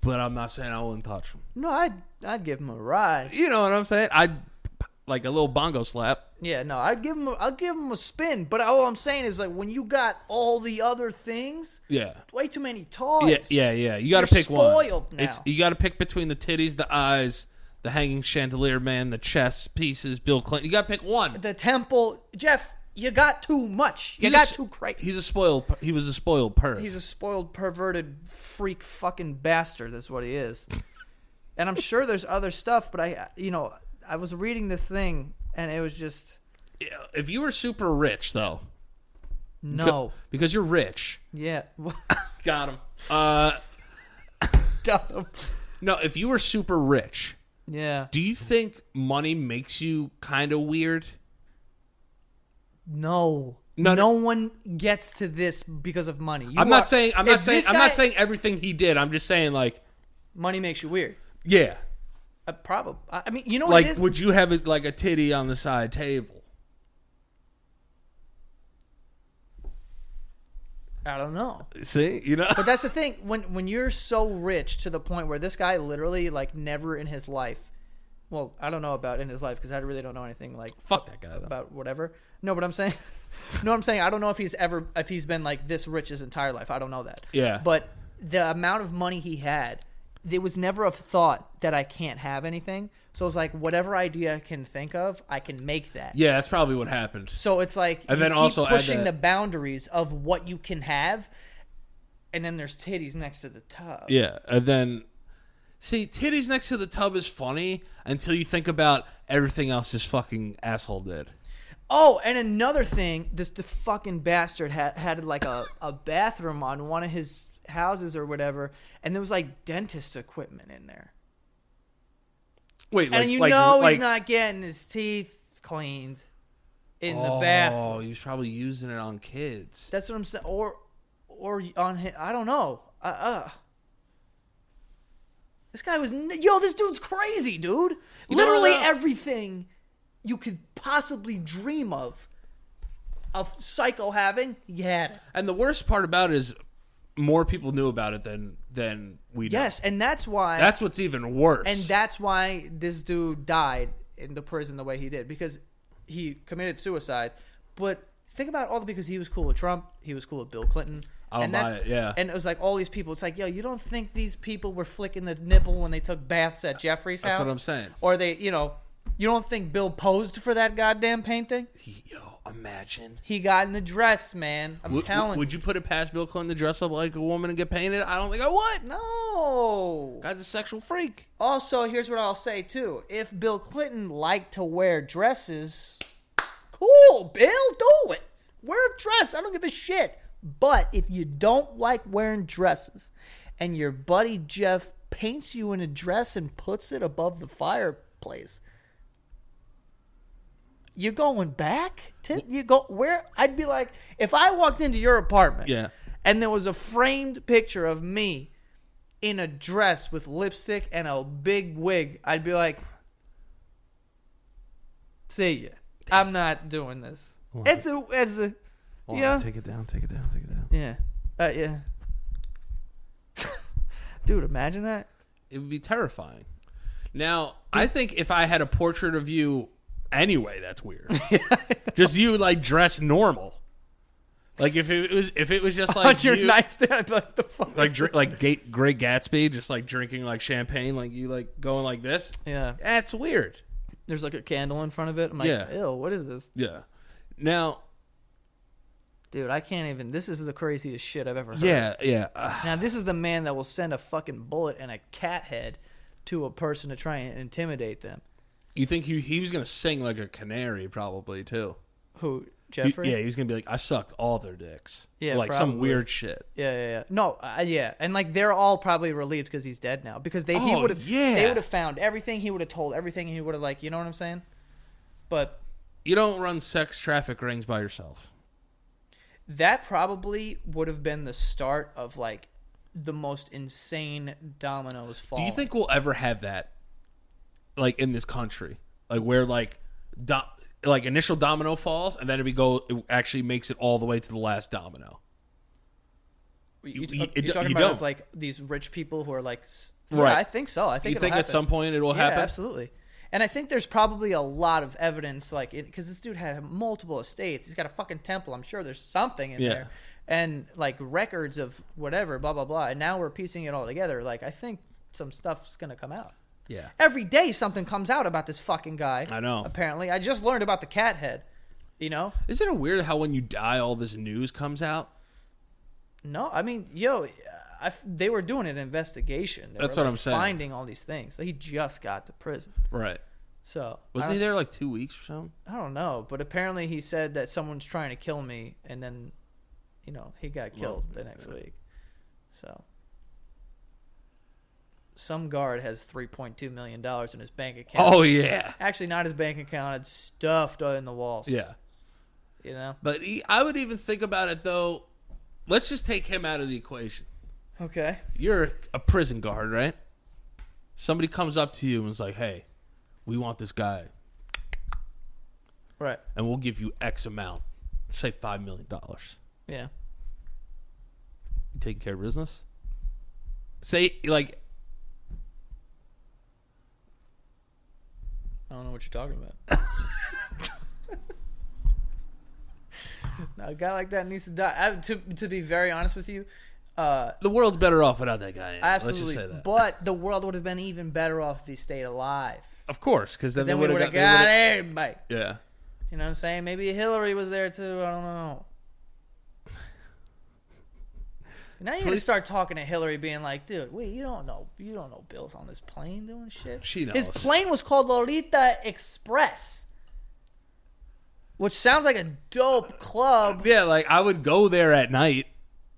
S2: but I'm not saying I wouldn't touch them.
S1: no, I'd I'd give him a ride.
S2: You know what I'm saying? I like a little bongo slap.
S1: Yeah, no, I'd give him, a, I'd give him a spin. But all I'm saying is, like, when you got all the other things,
S2: Yeah.
S1: way too many toys.
S2: Yeah, yeah, yeah. You got to
S1: You're
S2: pick one.
S1: spoiled now.
S2: It's you got to pick between the titties, the eyes, the hanging chandelier man, the chess pieces, Bill Clinton. You got to pick one.
S1: The temple, Jeff, you got too much. You
S2: He's a
S1: got
S2: s-
S1: too crazy.
S2: He's a spoiled. per- He was a spoiled perv.
S1: He's a spoiled, perverted, freak, fucking bastard. That's what he is. and I'm sure there's other stuff, but I, you know, I was reading this thing, and it was just
S2: Yeah, if you were super rich though,
S1: no,
S2: because you're rich.
S1: yeah,
S2: Got him. Uh,
S1: got him.
S2: no, if you were super rich,
S1: Yeah,
S2: do you think money makes you kind of weird?
S1: no. No,
S2: No, no.
S1: one gets to this because of money. You
S2: I'm not
S1: are-
S2: saying. I'm not
S1: if
S2: saying.
S1: this
S2: I'm
S1: guy-
S2: not saying everything he did. I'm just saying like,
S1: money makes you weird.
S2: yeah.
S1: Uh, probably. I mean, you know what it
S2: Like,
S1: is?
S2: would you have it like a titty on the side table?
S1: I don't know.
S2: See, you know.
S1: But that's the thing when when you're so rich to the point where this guy literally like never in his life, well, I don't know about in his life because I really don't know anything like
S2: Fuck that guy. Though.
S1: about whatever. No, but I'm saying, no, I'm saying I don't know if he's ever if he's been like this rich his entire life. I don't know that.
S2: Yeah.
S1: But the amount of money he had, it was never a thought that I can't have anything. So it's like whatever idea I can think of, I can make that.
S2: Yeah, that's probably what happened.
S1: So it's like
S2: And
S1: you
S2: then
S1: keep
S2: also add
S1: pushing
S2: that-
S1: the boundaries of what you can have, and then there's titties next to the tub.
S2: Yeah, and then see titties next to the tub is funny until you think about everything else this fucking asshole did.
S1: Oh, and another thing, this the fucking bastard had had like a, a bathroom on one of his houses or whatever, and there was like dentist equipment in there,
S2: Wait,
S1: and you know he's not getting his teeth cleaned in the
S2: Oh,
S1: bathroom.
S2: he was probably using it on kids.
S1: That's what I'm saying. Or or on his, I don't know. Uh, uh. This guy was n- yo. This dude's crazy, dude.
S2: You know
S1: Literally
S2: what, uh,
S1: everything you could possibly dream of of psycho having. Yeah.
S2: And the worst part about it is more people knew about it than than we know.
S1: Yes, and that's why.
S2: That's what's even worse.
S1: and that's why this dude died in the prison the way he did because he committed suicide. But think about all the because he was cool with Trump, he was cool with Bill Clinton.
S2: I don't
S1: and that-
S2: buy it, yeah.
S1: and it was like all these people. It's like, yo, you don't think these people were flicking the nipple when they took baths at Jeffrey's
S2: That's
S1: house?
S2: what I'm saying.
S1: Or they, you know, you don't think Bill posed for that goddamn painting?
S2: He- yo, imagine.
S1: He got in the dress, man. I'm
S2: Would-
S1: telling
S2: would you put it past Bill Clinton to dress up like a woman and get painted? I don't think I would.
S1: you. No.
S2: Guy's a sexual freak.
S1: Also, here's what I'll say too: if Bill Clinton liked to wear dresses, cool, Bill, do it. Wear a dress. I don't give a shit. But if you don't like wearing dresses, and your buddy Jeff paints you in a dress and puts it above the fireplace, you going back? To, you go where? I'd be like, if I walked into your apartment,
S2: Yeah.
S1: and there was a framed picture of me in a dress with lipstick and a big wig, I'd be like, "See ya. I'm not doing this." It's a, it's a,
S2: Hold on,
S1: yeah,
S2: Take it down. Take it down. Take it down.
S1: yeah, uh, yeah. Dude, imagine that.
S2: It would be terrifying. Now, I think if I had a portrait of you anyway, that's weird. just you like dress normal. Like if it was if it was just like
S1: On your
S2: you,
S1: nightstand, I'd be like, "The fuck."
S2: like dr- like Ga- Great Gatsby, just like drinking like champagne, like you like going like this.
S1: yeah,
S2: That's weird.
S1: there's like a candle in front of it. I'm like,
S2: Yeah.
S1: "Ew, what is this,
S2: Yeah. Now,
S1: dude? I can't even." This is the craziest shit I've ever heard.
S2: yeah, yeah. Uh,
S1: Now, this is the man that will send a fucking bullet and a cat head to a person to try and intimidate them.
S2: you think he he was gonna sing like a canary probably too?
S1: Who
S2: He-
S1: Jeffrey.
S2: yeah, he's gonna be like, I sucked all their dicks.
S1: Yeah,
S2: like some
S1: probably.
S2: weird shit.
S1: Yeah, yeah, yeah. No, uh, yeah, and like they're all probably relieved because he's dead now. Because they he
S2: Oh,
S1: would have,
S2: yeah.
S1: they would have found everything. He would have told everything. He would have like, you know what I'm saying? But
S2: You don't run sex traffic rings by yourself.
S1: that probably would have been the start of like the most insane dominoes fall.
S2: Do you think we'll ever have that, like in this country, like where like, do- like initial domino falls and then it we go it actually makes it all the way to the last domino.
S1: you,
S2: you-
S1: are
S2: it do-
S1: talking
S2: you
S1: about
S2: don't.
S1: if, like these rich people who are like, s- yeah,
S2: Right.
S1: I think so. I think
S2: you
S1: it'll
S2: think at
S1: happen.
S2: some point it will
S1: yeah,
S2: happen?
S1: absolutely. And I think there's probably a lot of evidence, like, because this dude had multiple estates. He's got a fucking temple. I'm sure there's something in
S2: Yeah.
S1: there, and like records of whatever, blah blah blah. And now we're piecing it all together. Like, I think some stuff's gonna come out.
S2: Yeah.
S1: Every day something comes out about this fucking guy.
S2: I know.
S1: Apparently, I just learned about the cat head. You know?
S2: Isn't it weird how when you die, all this news comes out?
S1: No, I mean, yo, I, they were doing an investigation. They
S2: That's
S1: were,
S2: what
S1: like,
S2: I'm saying.
S1: Finding all these things. He just got to prison,
S2: Right.
S1: so I
S2: Wasn't
S1: don't-
S2: he there like two weeks or something?
S1: I don't know, but apparently he said that someone's trying to kill me, and then, you know, he got killed the next week. So, some guard has three point two million dollars in his bank account.
S2: Oh yeah.
S1: actually, not his bank account; it's stuffed in the walls.
S2: Yeah.
S1: you know.
S2: But he, I would even think about it though. Let's just take him out of the equation.
S1: Okay.
S2: You're a prison guard, right? Somebody comes up to you and is like, "Hey, we want this guy,
S1: Right.
S2: and we'll give you X amount, say five million dollars."
S1: Yeah.
S2: You taking care of business? Say like,
S1: I don't know what you're talking about. now, a guy like that needs to die. I, to to be very honest with you, uh,
S2: the world's better off without that guy. in it.
S1: absolutely.
S2: Let's just say that.
S1: But the world would have been even better off if he stayed alive.
S2: of course, because then,
S1: then
S2: they
S1: we would have
S2: they
S1: got
S2: would've-
S1: everybody.
S2: Yeah.
S1: You know what I'm saying? Maybe Hillary was there too. I don't know. Now you gotta
S2: Please-
S1: start talking to Hillary, being like, "Dude, wait, you don't know, you don't know Bill's on this plane doing shit."
S2: She
S1: His
S2: knows.
S1: plane was called Lolita Express, which sounds like a dope club.
S2: Yeah, like I would go there at night,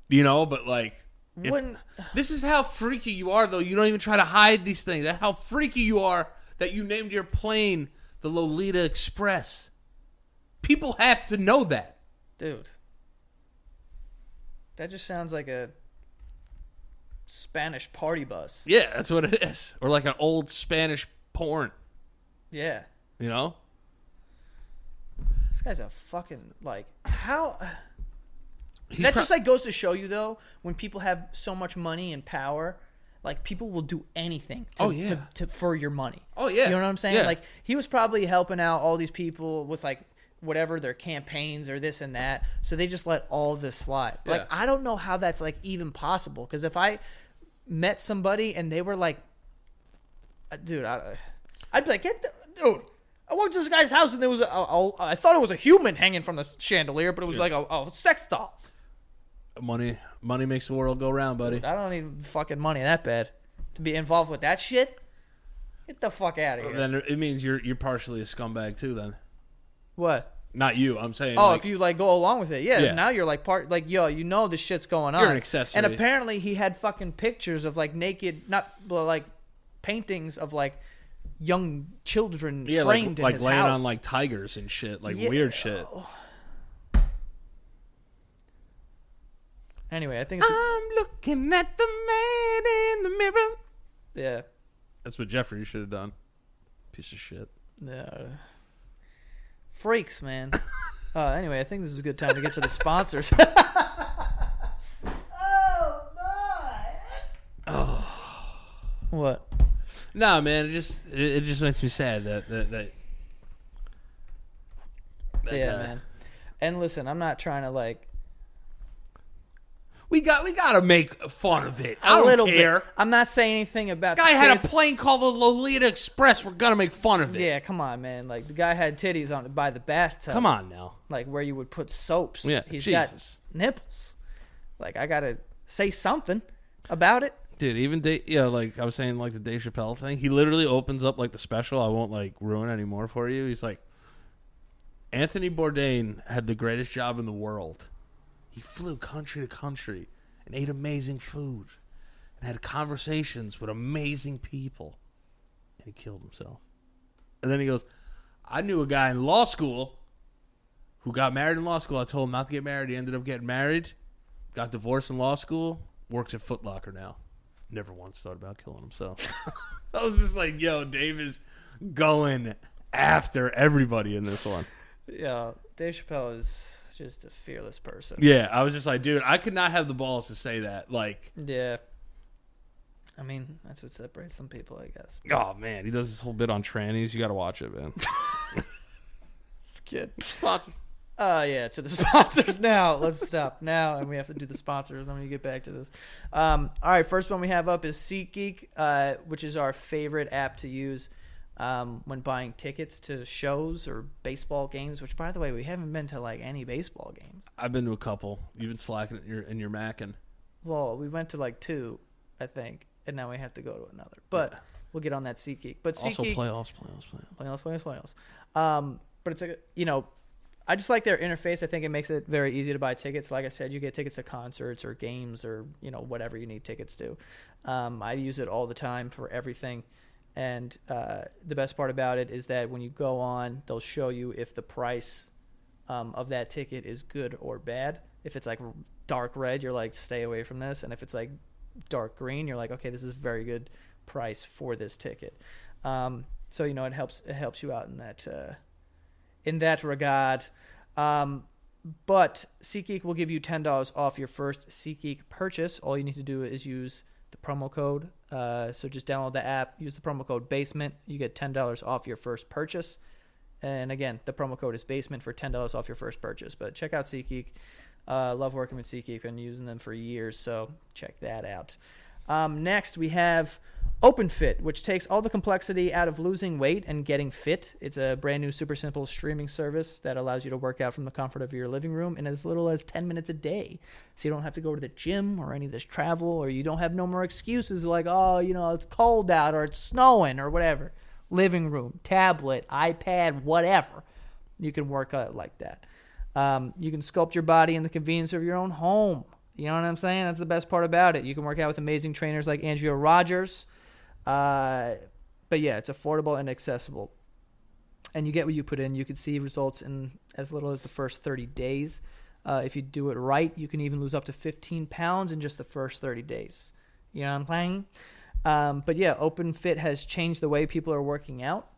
S2: you know, but like if-
S1: Wouldn't-
S2: this is how freaky you are though. You don't even try to hide these things. That's how freaky you are that you named your plane the Lolita Express. People have to know that.
S1: Dude, that just sounds like a Spanish party bus.
S2: Yeah, that's what it is. Or like an old Spanish porn,
S1: Yeah.
S2: you know?
S1: This guy's a fucking like how
S2: He
S1: that
S2: pro-
S1: just like goes to show you though when people have so much money and power like people will do anything to,
S2: Oh, yeah.
S1: to, to, for your money
S2: Oh, yeah.
S1: you know what i'm saying
S2: Yeah.
S1: like he was probably helping out all these people with like whatever their campaigns or this and that so they just let all this slide like
S2: Yeah.
S1: i don't know how that's like even possible because if i met somebody and they were like uh, dude I, i'd be like get the, dude I walked to this guy's house and there was a, a, a, I thought it was a human hanging from the chandelier, but it was like a, a sex doll.
S2: money money makes the world go round, buddy.
S1: I don't need fucking money that bad to be involved with that shit. Get the fuck out of here.
S2: Then it means you're you're partially a scumbag too then.
S1: what?
S2: Not you, I'm saying
S1: Oh,
S2: like,
S1: if you like go along with it, yeah,
S2: Yeah.
S1: Now you're like part, like yo, you know this shit's going on.
S2: You're an accessory.
S1: And apparently, he had fucking pictures of like naked, not well, like paintings of like young children
S2: yeah,
S1: framed
S2: like, like
S1: in his
S2: laying
S1: house.
S2: on like tigers and shit, like
S1: Yeah.
S2: weird shit.
S1: anyway, I think it's,
S2: I'm looking at the man in the mirror.
S1: yeah,
S2: That's what Jeffrey should have done. Piece of shit.
S1: no. freaks, man. uh, anyway, I think this is a good time to get to the sponsors. oh What?
S2: Nah, man, it just it, it just makes me sad that that, that, that
S1: yeah,
S2: guy-
S1: man. And listen, I'm not trying to like
S2: We got we gotta make fun of it. I don't care.
S1: bit. I'm not saying anything about
S2: Guy
S1: the
S2: had a
S1: tits.
S2: plane called the Lolita Express. We're gonna make fun of it.
S1: Yeah, come on, man. Like the guy had titties on by the bathtub.
S2: Come on now.
S1: like where you would put soaps.
S2: Yeah,
S1: he's
S2: Jesus.
S1: got nipples. Like I gotta say something about it.
S2: Dude, even Dave, yeah, like I was saying, like the Dave Chappelle thing, he literally opens up like the special. I won't like ruin anymore for you. He's like, Anthony Bourdain had the greatest job in the world. He flew country to country and ate amazing food and had conversations with amazing people. And he killed himself. And then he goes, I knew a guy in law school who got married in law school. I told him not to get married. He ended up getting married, got divorced in law school, works at Foot Locker now. Never once thought about killing himself. I was just like, yo, Dave is going after everybody in this one.
S1: Yeah, Dave Chappelle is just a fearless person.
S2: Yeah, I was just like, dude, I could not have the balls to say that. Like,
S1: Yeah. I mean, that's what separates some people, I guess.
S2: oh man, he does this whole bit on trannies. You got to watch it, man.
S1: It's good.
S2: Fuck.
S1: Uh yeah, to the sponsors now. Let's stop now and we have to do the sponsors and then we get back to this. Um all right, first one we have up is SeatGeek, uh, which is our favorite app to use um, when buying tickets to shows or baseball games, which by the way, we haven't been to like any baseball games.
S2: I've been to a couple. You've been slacking in your in your macking.
S1: Well, we went to like two, I think, and now we have to go to another. But we'll get on that SeatGeek. But
S2: Also
S1: SeatGeek
S2: playoffs, playoffs, playoffs.
S1: playoffs, playoffs, playoffs. Um, but it's a you know, I just like their interface. I think it makes it very easy to buy tickets. Like I said, you get tickets to concerts or games or you know whatever you need tickets to. Um, I use it all the time for everything. And uh, the best part about it is that when you go on, they'll show you if the price um, of that ticket is good or bad. If it's like dark red, you're like stay away from this, and if it's like dark green, you're like okay, this is very good price for this ticket. Um, so you know it helps it helps you out in that uh, in that regard. Um, but SeatGeek will give you ten dollars off your first SeatGeek purchase. All you need to do is use the promo code. Uh, so just download the app, use the promo code Basement. You get ten dollars off your first purchase. And again, the promo code is Basement for ten dollars off your first purchase. But check out SeatGeek. Uh, love working with SeatGeek. Been using them for years, so check that out. Um, next, we have OpenFit, which takes all the complexity out of losing weight and getting fit. It's a brand new, super simple streaming service that allows you to work out from the comfort of your living room in as little as 10 minutes a day. So you don't have to go to the gym or any of this travel, or you don't have no more excuses like, oh, you know, it's cold out or it's snowing or whatever. Living room, tablet, iPad, whatever. You can work out like that. Um, you can sculpt your body in the convenience of your own home. You know what I'm saying? That's the best part about it. You can work out with amazing trainers like Andrea Rogers. Uh, but yeah, it's affordable and accessible. And you get what you put in. You can see results in as little as the first 30 days. Uh, if you do it right, you can even lose up to 15 pounds in just the first 30 days. You know what I'm saying? Um, but yeah, OpenFit has changed the way people are working out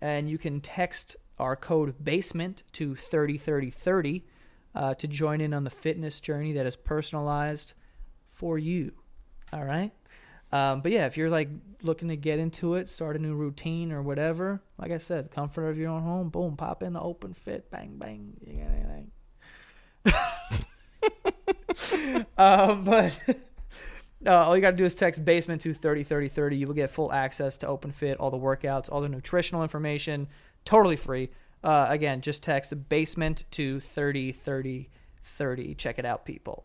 S1: and you can text our code basement to 303030 uh, to join in on the fitness journey that is personalized for you all right um, but yeah if you're like looking to get into it start a new routine or whatever like i said comfort of your own home boom pop in the open fit bang bang you got anything um, but uh, all you got to do is text basement to 303030. You will get full access to OpenFit, all the workouts, all the nutritional information, totally free. Uh, again, just text basement to 303030. Check it out, people.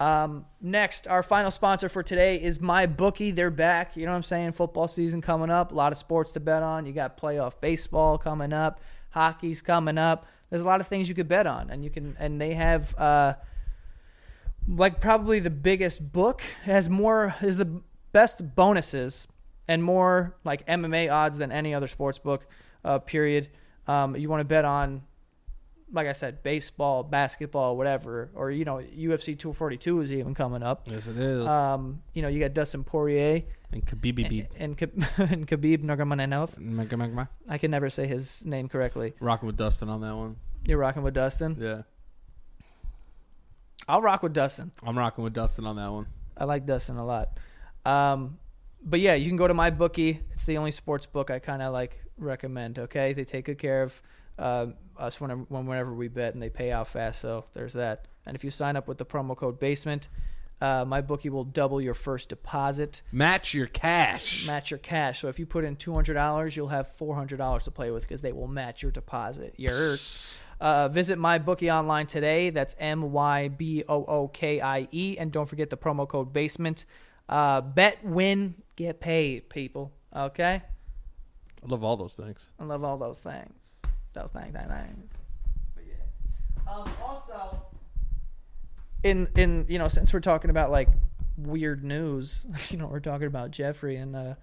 S1: Um, next, our final sponsor for today is my bookie. They're back. You know what I'm saying? Football season coming up, a lot of sports to bet on. You got playoff baseball coming up, hockey's coming up. There's a lot of things you could bet on, and you can. And they have. Uh, like probably the biggest book has more is the best bonuses and more like MMA odds than any other sports book. Uh, period. Um, you want to bet on, like I said, baseball, basketball, whatever, or you know UFC 242 is even coming up.
S2: Yes, it is.
S1: Um, you know you got Dustin Poirier
S2: and Khabib beat
S1: and Khabib, and Khabib Nurmagomedov.
S2: rocking
S1: I can never say his name correctly.
S2: with Dustin on that one.
S1: You're rocking with Dustin.
S2: Yeah,
S1: I'll rock with Dustin.
S2: I'm rocking with Dustin on that one.
S1: I like Dustin a lot. Um, but yeah, you can go to my bookie. It's the only sports book I kind of like recommend. Okay, they take good care of uh, us whenever when- whenever we bet, and they pay out fast. So there's that. And if you sign up with the promo code Basement, uh, my bookie will double your first deposit,
S2: Match your cash.
S1: match your cash. So if you put in two hundred dollars, you'll have four hundred dollars to play with because they will match your deposit. Your uh, visit my bookie online today. That's M Y B O O K I E, and don't forget the promo code Basement. Uh, bet, win, get paid, people. Okay,
S2: I love all those things.
S1: I love all those things. Those things, things, things. Um, also, in in you know, since we're talking about like weird news, you know, we're talking about Jeffrey, and uh,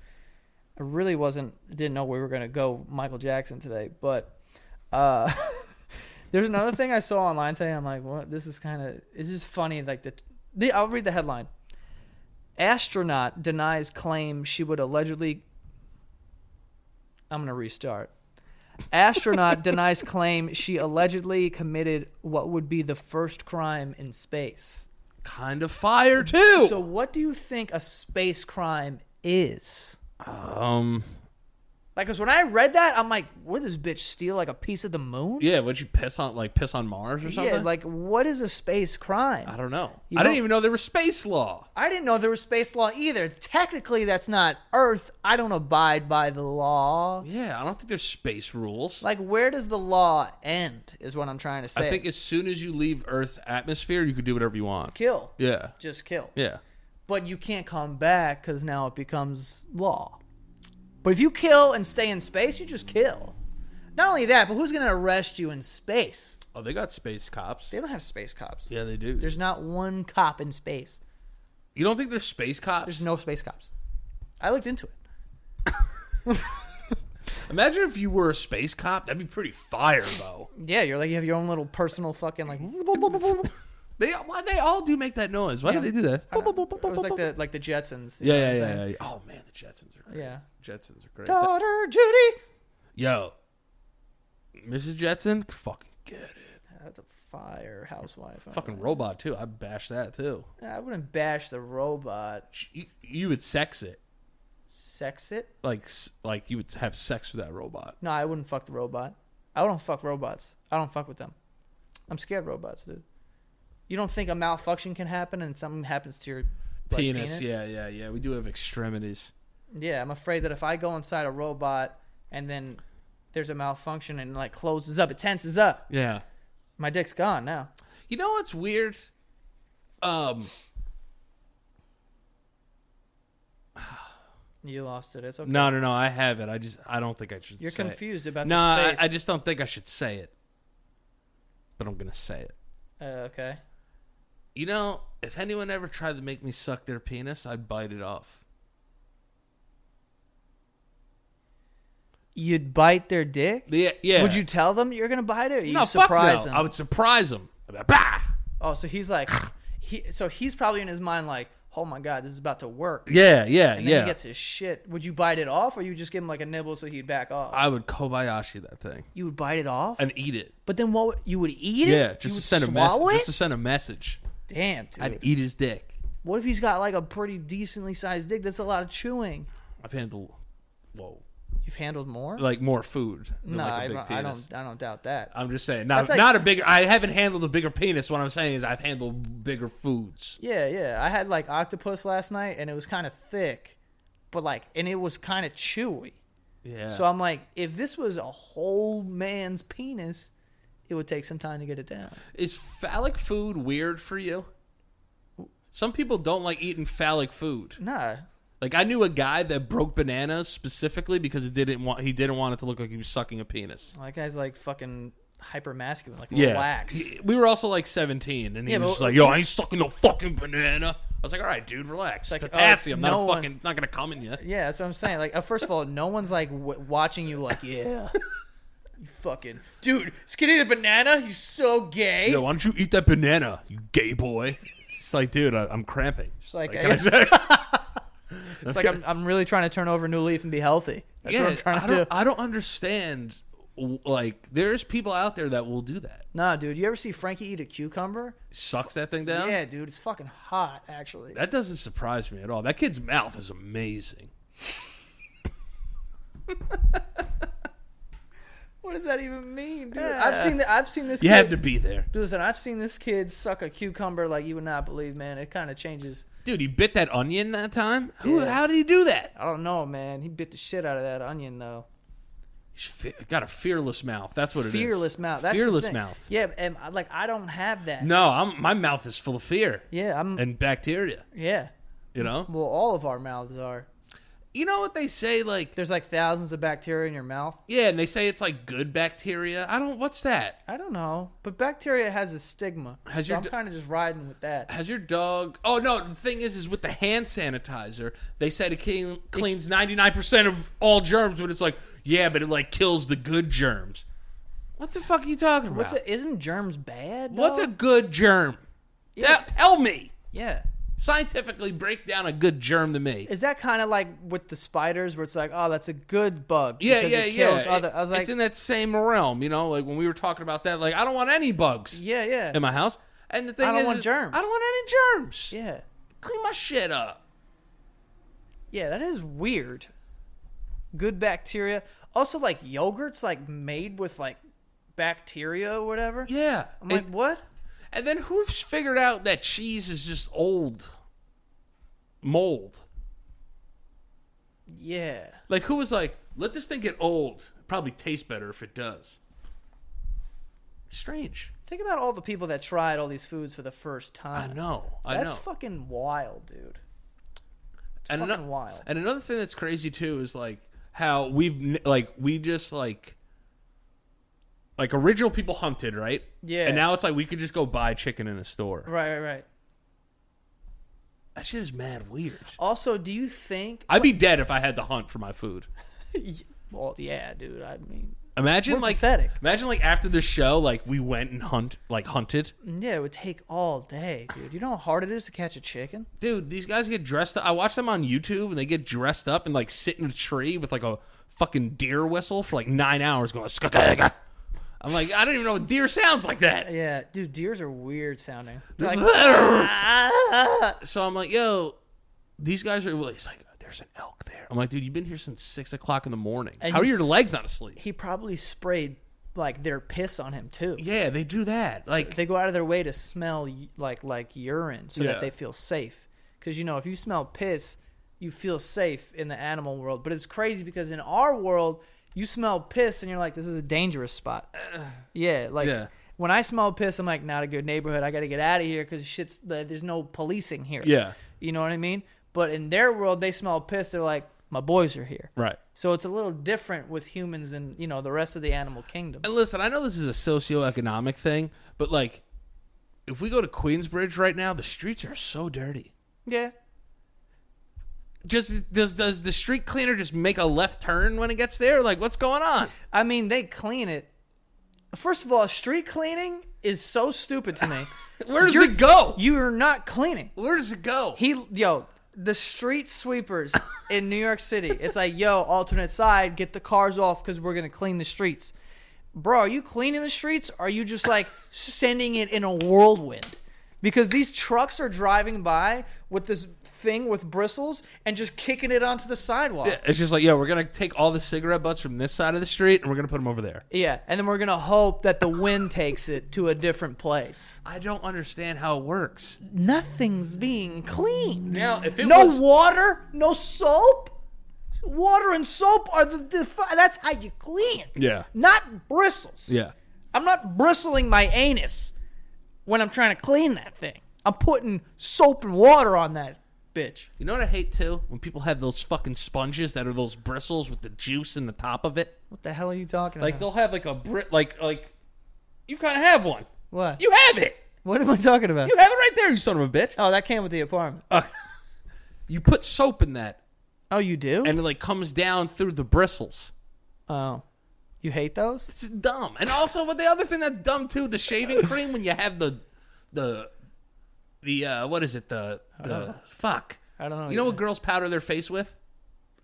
S1: I really wasn't didn't know we were gonna go Michael Jackson today, but uh, there's another thing I saw online today. I'm like, what? This is kind of it's just funny. Like the, the I'll read the headline. Astronaut denies claim she would allegedly. I'm gonna restart. Astronaut denies claim she allegedly committed what would be the first crime in space.
S2: Kind of fire too.
S1: So, what do you think a space crime is?
S2: um.
S1: Like, because when I read that, I'm like, would this bitch steal like a piece of the moon?
S2: Yeah. Would you piss on like piss on Mars or something?
S1: Yeah, like, what is a space crime?
S2: I don't know.
S1: You
S2: I
S1: don't-
S2: didn't even know there was space law.
S1: I didn't know there was space law either. Technically, that's not Earth. I don't abide by the law.
S2: Yeah, I don't think there's space rules.
S1: Like, where does the law end? Is what I'm trying to say.
S2: I think as soon as you leave Earth's atmosphere, you can do whatever you want.
S1: kill.
S2: Yeah.
S1: Just kill.
S2: Yeah.
S1: But you can't come back because now it becomes law. But if you kill and stay in space, you just kill. Not only that, but who's going to arrest you in space?
S2: Oh, they got space cops.
S1: They don't have space cops.
S2: Yeah, they do.
S1: There's not one cop in space.
S2: you don't think there's space cops?
S1: There's no space cops. I looked into it.
S2: Imagine if you were a space cop. That'd be pretty fire, though.
S1: Yeah, you're like you have your own little personal fucking like.
S2: they why they all do make that noise. Why
S1: Yeah.
S2: do they do that?
S1: It was like the like the Jetsons. you
S2: yeah,
S1: know what
S2: yeah,
S1: I'm
S2: yeah,
S1: saying?
S2: yeah, yeah. Oh man, the Jetsons are great.
S1: Yeah.
S2: Jetsons are great.
S1: Daughter Judy.
S2: Yo, Mrs. Jetson, fucking get it.
S1: That's a fire housewife.
S2: Fucking robot too. I bash that too.
S1: I wouldn't bash the robot.
S2: You, you would sex it
S1: Sex it.
S2: like s- like you would have sex with that robot.
S1: No, I wouldn't fuck the robot. I don't fuck robots. I don't fuck with them. I'm scared of robots, dude. You don't think a malfunction can happen and something happens to your like,
S2: penis, Yeah, yeah, yeah. We do have extremities.
S1: Yeah, I'm afraid that if I go inside a robot and then there's a malfunction and like closes up, it tenses up.
S2: Yeah.
S1: My dick's gone now.
S2: You know what's weird? Um,
S1: You lost it. It's okay.
S2: no, no, no. I have it. I just I don't think I should.
S1: You're
S2: say it.
S1: confused about
S2: No,
S1: the
S2: I,
S1: space.
S2: I just don't think I should say it. But I'm gonna say it.
S1: Uh, okay.
S2: You know, if anyone ever tried to make me suck their penis, I'd bite it off.
S1: You'd bite their dick?
S2: Yeah, yeah.
S1: Would you tell them you're gonna bite it? Or you
S2: no, fuck
S1: surprise
S2: no.
S1: them?
S2: I would surprise them. I'd be like, bah!
S1: Oh, so he's like, he. So he's probably in his mind like, oh my god, this is about to work.
S2: Yeah, yeah,
S1: And then
S2: yeah.
S1: he gets his shit. Would you bite it off, or you just give him like a nibble so he'd back off?
S2: I would Kobayashi that thing
S1: you would bite it off,
S2: and eat it.
S1: but then what? would- You would eat it?
S2: Yeah,
S1: You
S2: just to
S1: would
S2: send a
S1: swallow
S2: message.
S1: it?
S2: Just to send a message.
S1: Damn, dude.
S2: I'd eat his dick.
S1: What if he's got like a pretty decently sized dick? That's a lot of chewing.
S2: I've handled, whoa,
S1: You've handled more?
S2: like more food. Than
S1: no,
S2: like a
S1: I
S2: big
S1: don't,
S2: penis.
S1: I don't. I don't doubt that.
S2: I'm just saying, not
S1: That's like-
S2: not a bigger. I haven't handled a bigger penis. What I'm saying is, I've handled bigger foods.
S1: Yeah, yeah. I had like octopus last night, and it was kind of thick, but like, and it was kind of chewy.
S2: Yeah.
S1: So I'm like, if this was a whole man's penis, it would take some time to get it down.
S2: is phallic food weird for you? Some people don't like eating phallic food.
S1: Nah,
S2: Like I knew a guy that broke bananas specifically because it didn't want he didn't want it to look like he was sucking a penis.
S1: that guy's like fucking hyper masculine. Like,
S2: Yeah.
S1: relax.
S2: He- we were also like 17, and he
S1: Yeah,
S2: was
S1: but-
S2: just like, "Yo, I ain't sucking no fucking banana." I was like, "All right, dude, relax.
S1: like, oh,
S2: Potassium, not
S1: no
S2: a fucking, not gonna come in you."
S1: Yeah, that's what I'm saying. Like, uh, first of all, no one's like w- watching you. Like, yeah, you fucking dude, skinny a banana. He's so gay.
S2: Yo, why don't you eat that banana, you gay boy? It's like, dude, I, I'm cramping. It's
S1: like,
S2: can I say-
S1: it's like I'm, I'm really trying to turn over a new leaf and be healthy. That's what I'm trying
S2: I
S1: to do.
S2: don't, I don't understand. w- Like, there's people out there that will do that.
S1: Nah, dude, you ever see Frankie eat a cucumber?
S2: Sucks that thing down.
S1: Yeah, dude, it's fucking hot actually.
S2: That doesn't surprise me at all. That kid's mouth is amazing.
S1: What does that even mean, dude? I've seen that. I've seen this.
S2: You
S1: kid,
S2: had to be there,
S1: Dude, Listen, I've seen this kid suck a cucumber like you would not believe, man. It kind of changes.
S2: dude. He bit that onion that time. Who?
S1: Yeah.
S2: How did he do that?
S1: I don't know, man. He bit the shit out of that onion though.
S2: He's fe- got a fearless mouth. That's what it is.
S1: Fearless mouth. That's the
S2: fearless
S1: thing.
S2: mouth.
S1: Yeah, and I- like I don't have that.
S2: No, I'm, my mouth is full of fear
S1: Yeah, I'm.
S2: and bacteria.
S1: yeah.
S2: You know,
S1: Well, all of our mouths are.
S2: you know what they say? Like,
S1: There's like thousands of bacteria in your mouth.
S2: yeah, and they say it's like good bacteria. I don't. What's that?
S1: I don't know, but bacteria has a stigma.
S2: Has
S1: so
S2: your
S1: I'm
S2: d-
S1: kind of just riding with that.
S2: Has your dog? Oh no. The thing is, is with the hand sanitizer, they said it clean, cleans ninety nine percent of all germs, but it's like, yeah, but it like kills the good germs. What the fuck are you talking about?
S1: What's a, isn't germs bad?
S2: What's a
S1: dog?
S2: good germ?
S1: Yeah.
S2: Te- tell me.
S1: yeah?
S2: Scientifically break down a good germ to me.
S1: Is that kind of like with the spiders, where it's like, oh, that's a good bug?
S2: yeah,
S1: because
S2: yeah,
S1: it kills
S2: yeah.
S1: Other,
S2: It-
S1: I was like,
S2: it's in that same realm, you know. Like when we were talking about that, like I don't want any bugs
S1: yeah, yeah,
S2: in my house. And the thing
S1: I don't
S2: is,
S1: want
S2: is
S1: germs.
S2: I don't want any germs.
S1: yeah,
S2: Clean my shit up.
S1: yeah. That is weird. Good bacteria. Also, like yogurts, like made with like bacteria or whatever.
S2: Yeah.
S1: I'm
S2: And,
S1: like, what?
S2: and then who's figured out that cheese is just old mold?
S1: Yeah.
S2: Like who was like, let this thing get old. It probably tastes better if it does. Strange.
S1: Think about all the people that tried all these foods for the first
S2: I
S1: time.
S2: know. I
S1: That's
S2: know.
S1: fucking wild, dude.
S2: and ano-
S1: fucking wild.
S2: And another thing that's crazy too is like how we've n- like we just like like original people hunted, right?
S1: Yeah.
S2: And now it's like we could just go buy chicken in a store.
S1: Right, right, right.
S2: That shit is mad weird.
S1: Also, do you think?
S2: I'd be dead if I had to hunt for my food.
S1: Well, yeah, dude. I mean,
S2: Imagine
S1: We're
S2: like
S1: pathetic.
S2: imagine like after the show, like we went and hunt like hunted.
S1: yeah, it would take all day, dude. You know how hard it is to catch a chicken?
S2: Dude, these guys get dressed up. I watch them on YouTube and they get dressed up and like sit in a tree with like a fucking deer whistle for like nine hours going skakaga. I'm like, I don't even know what deer sounds like that.
S1: Yeah, dude. Deers are weird sounding. They're like,
S2: so I'm like, yo, these guys are. He's like, there's an elk there. I'm like, dude, you've been here since six o'clock in the morning.
S1: And
S2: How are
S1: you
S2: your legs not asleep?
S1: he probably sprayed like their piss on him too.
S2: Yeah, they do that. Like,
S1: They go out of their way to smell y- like like urine so
S2: Yeah.
S1: that they feel safe. Because you know, if you smell piss, you feel safe in the animal world. But it's crazy because in our world, you smell piss and you're like, this is a dangerous spot. yeah, like.
S2: Yeah.
S1: When I smell piss, I'm like, not a good neighborhood. I got to get out of here because shit's uh, there's no policing here.
S2: Yeah.
S1: you know what I mean. But in their world, they smell piss. They're like, my boys are here.
S2: right.
S1: So it's a little different with humans and you know the rest of the animal kingdom.
S2: And listen, I know this is a socioeconomic thing, but like, if we go to Queensbridge right now, the streets are so dirty.
S1: Yeah,
S2: Just does does the street cleaner just make a left turn when it gets there? Like, what's going on?
S1: I mean they clean it. First of all, street cleaning is so stupid to me.
S2: Where does
S1: You're-
S2: it go?
S1: you are not cleaning.
S2: Where does it go?
S1: He yo the street sweepers in New York City. It's like yo alternate side, get the cars off because we're gonna clean the streets. Bro, are you cleaning the streets? Or are you just like sending it in a whirlwind? Because these trucks are driving by with this thing with bristles and just kicking it onto the sidewalk.
S2: It's just like, yo, we're gonna take all the cigarette butts from this side of the street and we're gonna put them over there.
S1: Yeah, and then we're gonna hope that the wind takes it to a different place.
S2: I don't understand how it works.
S1: Nothing's being cleaned.
S2: Now, if it
S1: No
S2: was,
S1: water, no soap. Water and soap are the, the fi- that's how you clean.
S2: yeah,
S1: Not bristles.
S2: yeah,
S1: I'm not bristling my anus when I'm trying to clean that thing. I'm putting soap and water on that bitch.
S2: you know what I hate too? When people have those fucking sponges that are those bristles with the juice in the top of it.
S1: What the hell are you talking
S2: Like
S1: about?
S2: they'll have like a brit, like like you kind of have one.
S1: What?
S2: You have it.
S1: what am I talking about?
S2: You have it right there. You son of a bitch.
S1: oh, that came with the apartment.
S2: You put soap in that,
S1: Oh, you do?
S2: and it like comes down through the bristles.
S1: oh, you hate those?
S2: It's dumb. And also, but the other thing that's dumb too, the shaving cream when you have the the the uh what is it? The the fuck.
S1: I don't know
S2: You know what
S1: either.
S2: girls powder their face with?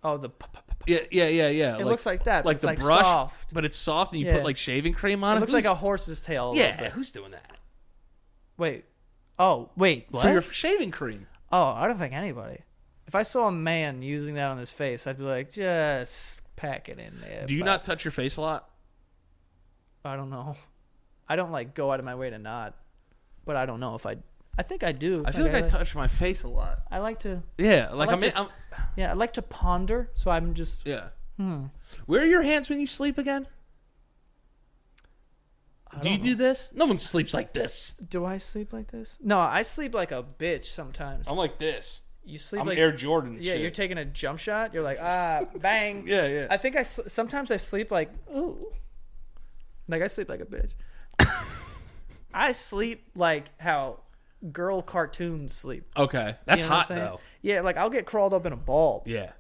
S1: Oh, the p- p- p-
S2: Yeah, yeah, yeah, yeah. It
S1: looks like that, but
S2: Like
S1: it's
S2: the
S1: like
S2: brush,
S1: soft.
S2: but it's soft, and you
S1: Yeah.
S2: put like shaving cream on it.
S1: It looks like a
S2: Who's-
S1: horse's tail. a little
S2: yeah.
S1: bit.
S2: Who's doing that
S1: Wait. Oh, wait. What?
S2: for your shaving cream?
S1: oh, I don't think anybody. If I saw a man using that on his face, I'd be like, just pack it in there.
S2: Do you
S1: bud."
S2: not touch your face a lot?
S1: I don't know. I don't like go out of my way to not, but I don't know if I. I think I do.
S2: I feel like I
S1: I
S2: touch my face a lot.
S1: I like to.
S2: Yeah, like,
S1: like
S2: I'm, in,
S1: to-
S2: I'm.
S1: Yeah, I like to ponder. So I'm just.
S2: Yeah.
S1: Hmm.
S2: Where are your hands when you sleep again? Do you do this? No one sleeps like this.
S1: Do I sleep like this? No, I sleep like a bitch sometimes.
S2: I'm like this.
S1: You sleep
S3: I'm
S1: like
S3: Air Jordan.
S1: yeah.
S3: shit.
S1: You're taking a jump shot. You're like ah bang.
S3: yeah, yeah.
S1: I think I sl- sometimes I sleep like ooh, like I sleep like a bitch. I sleep like how girl cartoons sleep.
S2: Okay,
S1: You
S2: that's
S1: know
S2: hot
S1: what I'm saying?
S2: though.
S1: Yeah, like I'll get crawled up in a ball.
S2: Yeah.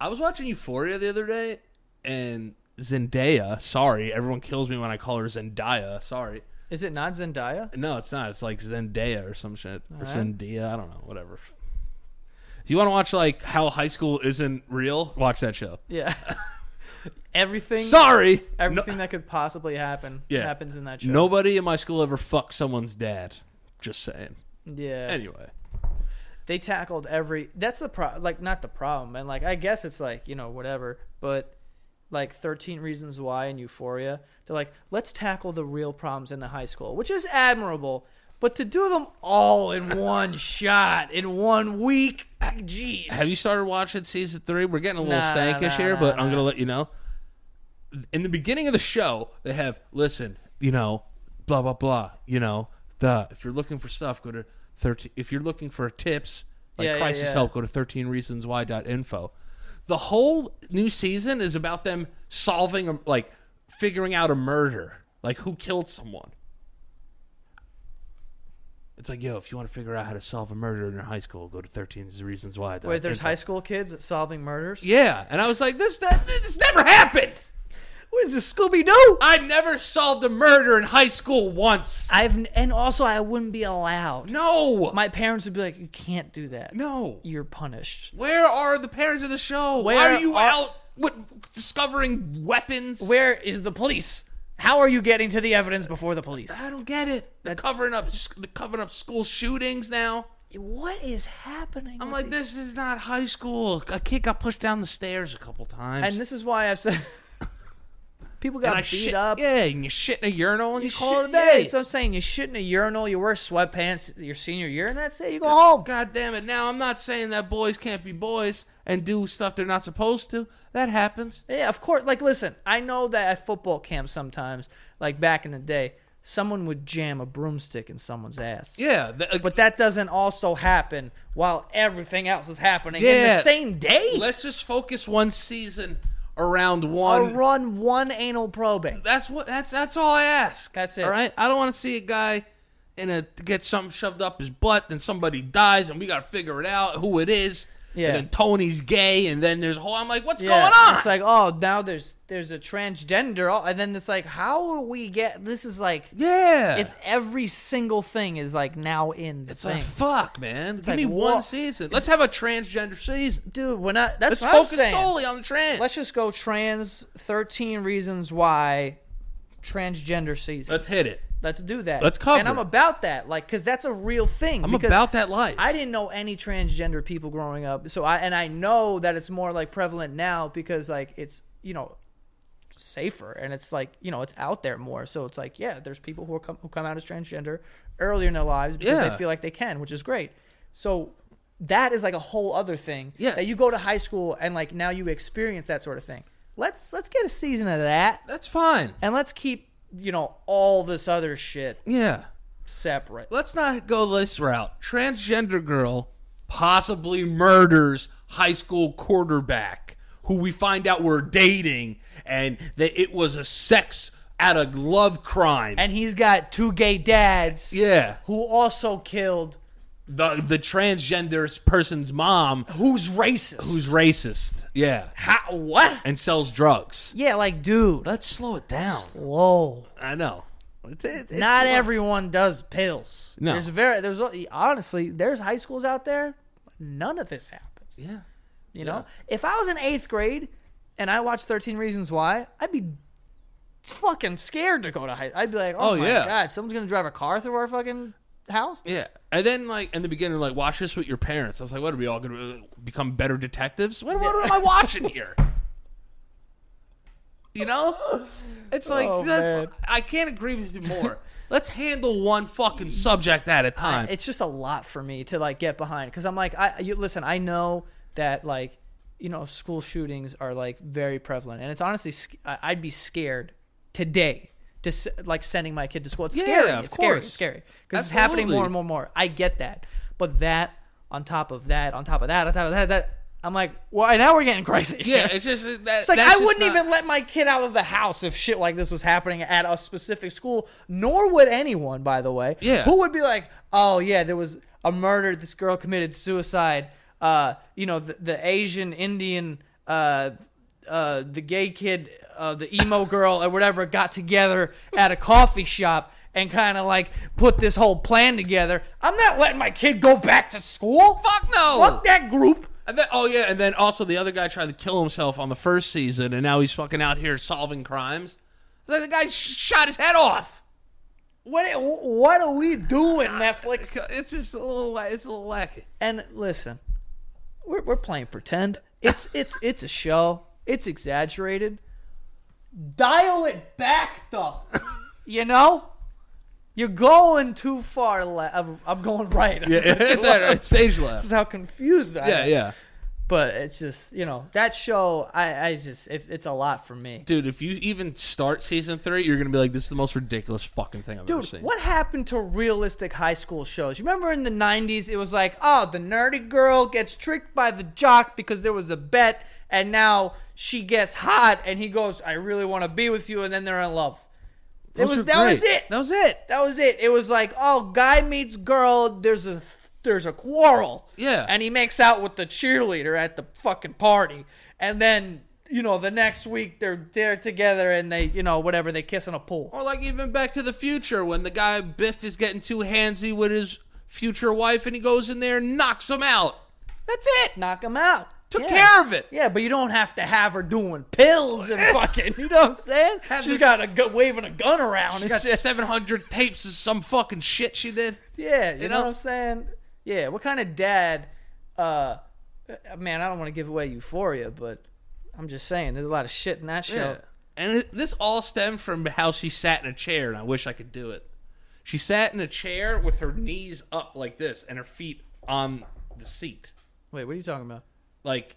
S2: I was watching Euphoria the other day, and Zendaya. Sorry, everyone kills me when I call her Zendaya. Sorry.
S1: Is it not Zendaya?
S2: No, it's not. It's like Zendaya or some shit. Or
S1: right.
S2: Zendaya. I don't know. Whatever. If you want to watch like how high school isn't real, watch that show.
S1: Yeah. everything.
S2: Sorry. No-
S1: Everything that could possibly happen
S2: Yeah.
S1: happens in that show.
S2: nobody in my school ever fucked someone's dad. Just saying.
S1: Yeah.
S2: Anyway.
S1: they tackled every that's the pro like not the problem and like i guess it's like you know whatever but like 13 reasons why and euphoria they're like let's tackle the real problems in the high school which is admirable but to do them all in one shot in one week ah, jeez
S2: Have you started watching season three? We're getting a little
S1: Nah,
S2: stankish
S1: nah,
S2: here,
S1: nah,
S2: but I'm
S1: nah.
S2: gonna let you know. In the beginning of the show, they have listen, you know, blah blah blah. You know, the if you're looking for stuff, go to thirteen. If you're looking for tips, like
S1: Yeah, yeah,
S2: crisis
S1: yeah.
S2: help, go to thirteen reasons why info. The whole new season is about them solving, a- like, figuring out a murder, like who killed someone. It's like, yo, if you want to figure out how to solve a murder in your high school, go to 13 reasons why.
S1: wait there's high school kids solving murders
S2: Yeah, and I was like, this that this never happened.
S1: what is this scooby-doo
S2: I never solved a murder in high school once.
S1: i've and also i wouldn't be allowed
S2: No,
S1: my parents would be like you can't do that
S2: no.
S1: you're punished
S2: Where are the parents of the show? Why
S1: Where
S2: are you
S1: are-
S2: out with discovering weapons?
S1: where is the police how are you getting to the evidence before the police
S2: I don't get it. They're covering up they're covering up school shootings now.
S1: What is happening?
S2: I'm
S1: with
S2: like,
S1: these-
S2: this is not high school. A kid got pushed down the stairs a couple times.
S1: and this is why I've said people
S2: And
S1: got
S2: I
S1: beat
S2: shit-
S1: up.
S2: Yeah, and you shit in a urinal and you,
S1: You
S2: call it a
S1: shit-
S2: day.
S1: yeah, so I'm saying you shit in a urinal, you wear sweatpants your senior year, and that's it. You go home.
S2: God damn it. Now, I'm not saying that boys can't be boys and do stuff they're not supposed to. That happens.
S1: Yeah, of course. Like, listen, I know that at football camp sometimes, like back in the day, someone would jam a broomstick in someone's ass.
S2: Yeah. uh,
S1: But that doesn't also happen while everything else is happening in
S2: Yeah.
S1: the same day.
S2: let's just focus one season around
S1: Or
S2: one.
S1: run one anal probing.
S2: That's what that's that's all I ask.
S1: That's it.
S2: All right? I don't want to see a guy in a get something shoved up his butt then somebody dies and we got to figure it out who it is.
S1: Yeah.
S2: And then Tony's gay and then there's a whole I'm like what's
S1: Yeah,
S2: going on?
S1: It's like, oh, now there's there's a transgender, oh, and then it's like, how do we get? This is like,
S2: yeah.
S1: it's every single thing is like now in the
S2: It's
S1: thing,
S2: like fuck, man. Give
S1: like,
S2: me
S1: wha-
S2: one season. Let's have a transgender season.
S1: dude. When I that's
S2: Let's
S1: what I'm
S2: focus
S1: saying.
S2: solely on the trans.
S1: Let's just go trans. Thirteen reasons why transgender season. Let's,
S2: Let's hit it.
S1: do that.
S2: let's cover
S1: And I'm
S2: it.
S1: about that, like, because that's a real thing.
S2: I'm
S1: because
S2: about that life.
S1: I didn't know any transgender people growing up. So I and I know that it's more like prevalent now because like it's you know safer and it's like you know it's out there more. So it's like yeah, there's people who are come, who come out as transgender earlier in their lives because
S2: Yeah.
S1: they feel like they can, which is great. So that is like a whole other thing.
S2: Yeah.
S1: that you go to high school and like now you experience that sort of thing. Let's let's get a season of that
S2: That's fine.
S1: and let's keep you know all this other shit
S2: Yeah.
S1: separate.
S2: Let's not go this route. Transgender girl possibly murders high school quarterback who we find out we're dating and that it was a sex out of love crime.
S1: And he's got two gay dads.
S2: yeah.
S1: who also killed
S2: The the transgender person's mom
S1: who's racist
S2: who's racist. Yeah.
S1: How, what
S2: And sells drugs.
S1: yeah like dude
S2: Let's slow it down.
S1: whoa
S2: I know. It's, it's
S1: not
S2: slow.
S1: everyone does pills
S2: No.
S1: there's very there's honestly there's high schools out there none of this happens
S2: Yeah.
S1: you know if i was in eighth grade and i watched 13 reasons why i'd be fucking scared to go to high i'd be like oh,
S2: Oh,
S1: my
S2: yeah.
S1: god someone's gonna drive a car through our fucking house
S2: Yeah, and then like in the beginning, like watch this with your parents. I was like, what are we all gonna uh, become better detectives? What, what am I watching here? You know, it's like
S1: Oh,
S2: that-
S1: man.
S2: I can't agree with you more. Let's handle one fucking subject at a time.
S1: it's just a lot for me to like get behind because I'm like, I you, listen, I know that like, you know, school shootings are like very prevalent, and it's honestly, sc- I- I'd be scared today to s- like sending my kid to school. It's
S2: Yeah,
S1: scary.
S2: of
S1: it's scary.
S2: course.
S1: It's scary because it's happening
S2: Absolutely.
S1: more and more and more. I get that, but that on top of that, on top of that, on top of that, that. I'm like, well, now we're getting crazy.
S2: Yeah, it's just it- that,
S1: It's like
S2: that's
S1: I
S2: just
S1: wouldn't
S2: not-
S1: even let my kid out of the house if shit like this was happening at a specific school. Nor would anyone, by the way.
S2: Yeah.
S1: Who would be like, oh yeah, there was a murder. This girl committed suicide. Uh, you know, the, the Asian Indian, uh, uh, the gay kid, uh, the emo girl, or whatever, got together at a coffee shop and kind of like put this whole plan together. I'm not letting my kid go back to school.
S2: Fuck no.
S1: Fuck that group.
S2: And then, oh yeah, and then also the other guy tried to kill himself on the first season, and now he's fucking out here solving crimes. Like, The guy sh- shot his head off.
S1: What what are we doing, Netflix?
S2: It's just a little, it's a little wacky.
S1: And listen, we're, we're playing pretend. It's it's it's a show. It's exaggerated. Dial it back, though. You know, you're going too far left. I'm, I'm going right.
S2: Yeah,
S1: Too
S2: it's, that-
S1: left.
S2: it's
S1: this
S2: stage
S1: is
S2: left.
S1: how confused I
S2: Yeah,
S1: am.
S2: yeah,
S1: But it's just you know that show. I I just it, it's a lot for me.
S2: dude. If you even start season three, you're gonna be like, "This is the most ridiculous fucking thing I've ever
S1: Dude,
S2: seen."
S1: what happened to realistic high school shows? You remember in the 90s, it was like, oh, the nerdy girl gets tricked by the jock because there was a bet, and now she gets hot, and he goes, I really want to be with you, and then they're in love. It
S2: Those
S1: was,
S2: were
S1: that was
S2: great.
S1: it.
S2: That was it.
S1: That was it. It was like, oh, guy meets girl, there's a there's a quarrel.
S2: Yeah.
S1: And he makes out with the cheerleader at the fucking party. And then, you know, the next week they're they're together and they, you know, whatever, they kiss in a pool.
S2: Or like even Back to the Future when the guy Biff is getting too handsy with his future wife, and he goes in there and knocks him out. That's it.
S1: knock him out.
S2: Took
S1: Yeah.
S2: care of it.
S1: Yeah, but you don't have to have her doing pills and fucking. You know what I'm saying?
S2: Have
S1: She's
S2: this-
S1: got a gu- waving a gun around.
S2: She
S1: And
S2: got
S1: shit.
S2: 700 tapes of some fucking shit she did.
S1: Yeah, you, know,
S2: know?
S1: what I'm saying? Yeah, what kind of dad? Uh, uh, man, I don't want to give away Euphoria, but I'm just saying there's a lot of shit in that show.
S2: And it, this all stemmed from how she sat in a chair, and I wish I could do it. She sat in a chair with her knees up like this and her feet on the seat.
S1: Wait, what are you talking about?
S2: Like,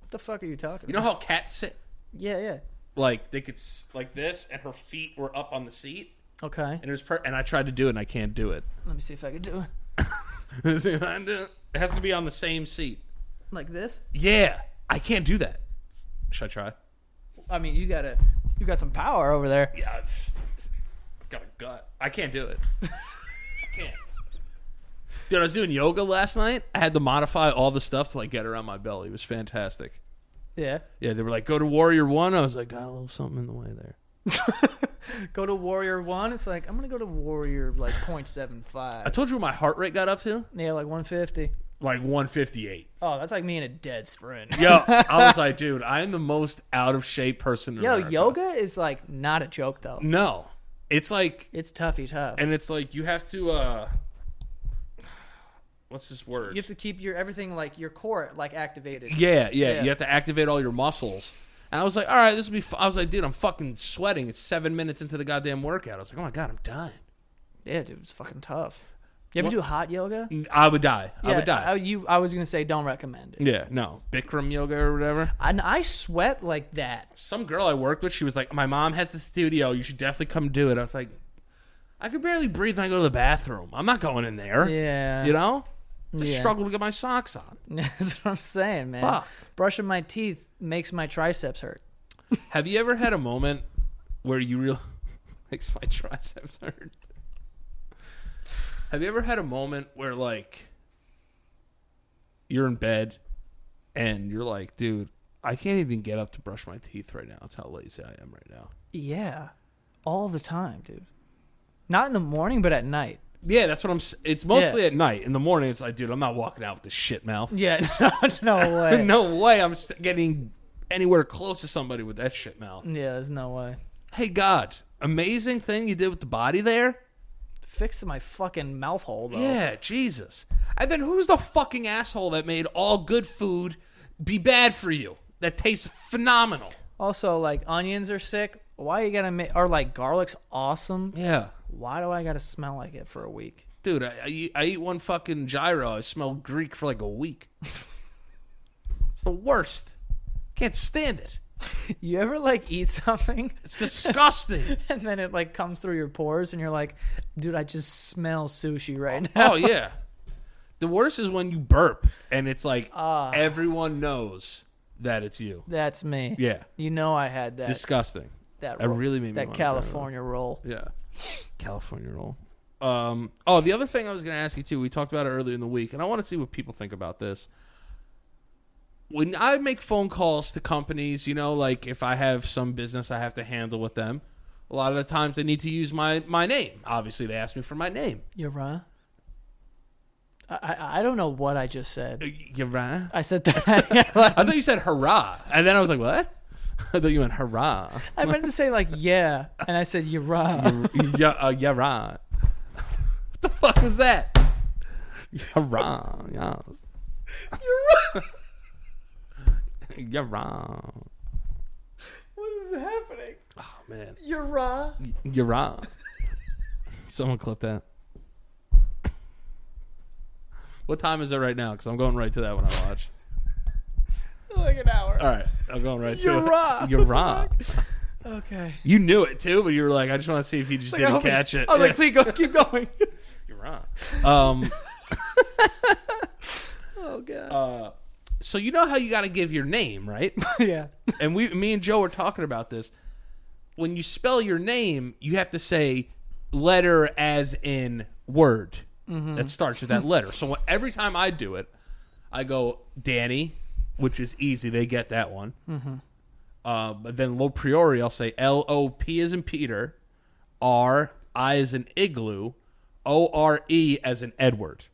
S1: What the fuck are you talking?
S2: you know how cats sit?
S1: Yeah, yeah.
S2: Like, they could, s- like this, and her feet were up on the seat.
S1: Okay,
S2: And it was per- and I tried to do it, and I can't do it.
S1: let me see if I can do it
S2: it has to be on the same seat.
S1: like this.
S2: Yeah, I can't do that. Should I try?
S1: I mean, you gotta, you got some power over there.
S2: Yeah, I've got a gut. I can't do it. I can't. Dude, I was doing yoga last night. I had to modify all the stuff to like get around my belly. It was fantastic.
S1: Yeah.
S2: Yeah, they were like, "Go to Warrior One." I was like, "Got a little something in the way there."
S1: Go to Warrior One. It's like I'm gonna go to Warrior like 0.75.
S2: I told you what my heart rate got up to
S1: Yeah, like 150.
S2: like 158.
S1: Oh, that's like me in a dead sprint.
S2: Yo, I was like, "Dude, I am the most out of shape person." In
S1: Yo,
S2: America.
S1: yoga is like not a joke though.
S2: No, it's like,
S1: It's toughy tough.
S2: and it's like you have to. uh What's this word?
S1: You have to keep your everything like your core like activated.
S2: Yeah, yeah,
S1: Yeah.
S2: You have to activate all your muscles. And I was like, all right, this will be. F-. I was like, dude, I'm fucking sweating. It's seven minutes into the goddamn workout. I was like, oh my god, I'm dying.
S1: Yeah, dude, it's fucking tough. You ever do hot yoga?
S2: I would die. I would die.
S1: I, you, I was gonna say don't recommend it.
S2: yeah, no, Bikram yoga or whatever.
S1: And I sweat like that.
S2: Some girl I worked with, she was like, my mom has the studio. You should definitely come do it. I was like, I could barely breathe when I go to the bathroom. I'm not going in there.
S1: Yeah,
S2: You know, just
S1: Yeah.
S2: struggle to get my socks on.
S1: that's what I'm saying, man.
S2: Fuck.
S1: Brushing my teeth makes my triceps hurt.
S2: Have you ever had a moment where you real makes my triceps hurt? Have you ever had a moment where like you're in bed and you're like, dude, I can't even get up to brush my teeth right now. That's how lazy I am right now.
S1: Yeah, all the time, dude. Not in the morning, but at night.
S2: Yeah, that's what I'm. s- It's mostly at night. In the morning, it's like, dude, I'm not walking out with this shit mouth.
S1: Yeah, no, no way.
S2: no way. I'm s- getting anywhere close to somebody with that shit mouth.
S1: Yeah, there's no way.
S2: Hey God, amazing thing you did with the body there.
S1: Fix my fucking mouth hole though.
S2: Yeah, Jesus. And then who's the fucking asshole that made all good food be bad for you? That tastes phenomenal.
S1: Also, like onions are sick. Why you gotta make? Or like garlic's awesome.
S2: Yeah.
S1: Why do I gotta smell like it for a week?
S2: Dude, I, I, eat- I eat one fucking gyro. I smelled Greek for like a week. it's the worst. Can't stand it.
S1: You ever like eat something
S2: It's disgusting.
S1: and then it like comes through your pores and you're like, dude, I just smell sushi right now.
S2: oh, yeah. The worst is when you burp and it's like
S1: Ah.
S2: everyone knows that it's you.
S1: That's me.
S2: Yeah.
S1: You know I had that
S2: Disgusting.
S1: that
S2: that
S1: roll-
S2: really made me
S1: that
S2: wanna try it.
S1: California roll.
S2: Yeah. California roll. Um, oh, the other thing I was going to ask you too, we talked about it earlier in the week, and I want to see what people think about this. When I make phone calls to companies, you know, like if I have some business I have to handle with them, a lot of the times they need to use my, my name. Obviously, they ask me for my name.
S1: You're right. I, I I don't know what I just said.
S2: You're Uh, right.
S1: I said that.
S2: I thought you said hurrah, and then I was like, what? I thought you went hurrah.
S1: I meant to say like yeah, and I said you're right.
S2: yeah, uh, yeah, right. what the fuck was that? Yeah, right. Yes. You're right. yeah, right.
S1: What is happening?
S2: Oh man,
S1: You're right.
S2: you're right. Someone clip that. What time is it right now? Because I'm going right to that when I watch.
S1: Like an hour.
S2: All right, I'm going right
S1: You're
S2: to
S1: right.
S2: it. You're right.
S1: Okay.
S2: You knew it too, but you were like, I just want to see if you just
S1: I
S2: didn't
S1: hope he-
S2: catch it.
S1: I was
S2: Yeah.
S1: like, please go, keep going.
S2: You're wrong. Um,
S1: oh god.
S2: uh, so you know how you got to give your name, right?
S1: yeah.
S2: and we, me and Joe were talking about this. When you spell your name, you have to say letter as in word that starts with that letter. So every time I do it, I go Danny, which is easy. They get that one. Uh, but then low priori, I'll say L O P as in Peter, R I as in igloo, O R E as in Edward.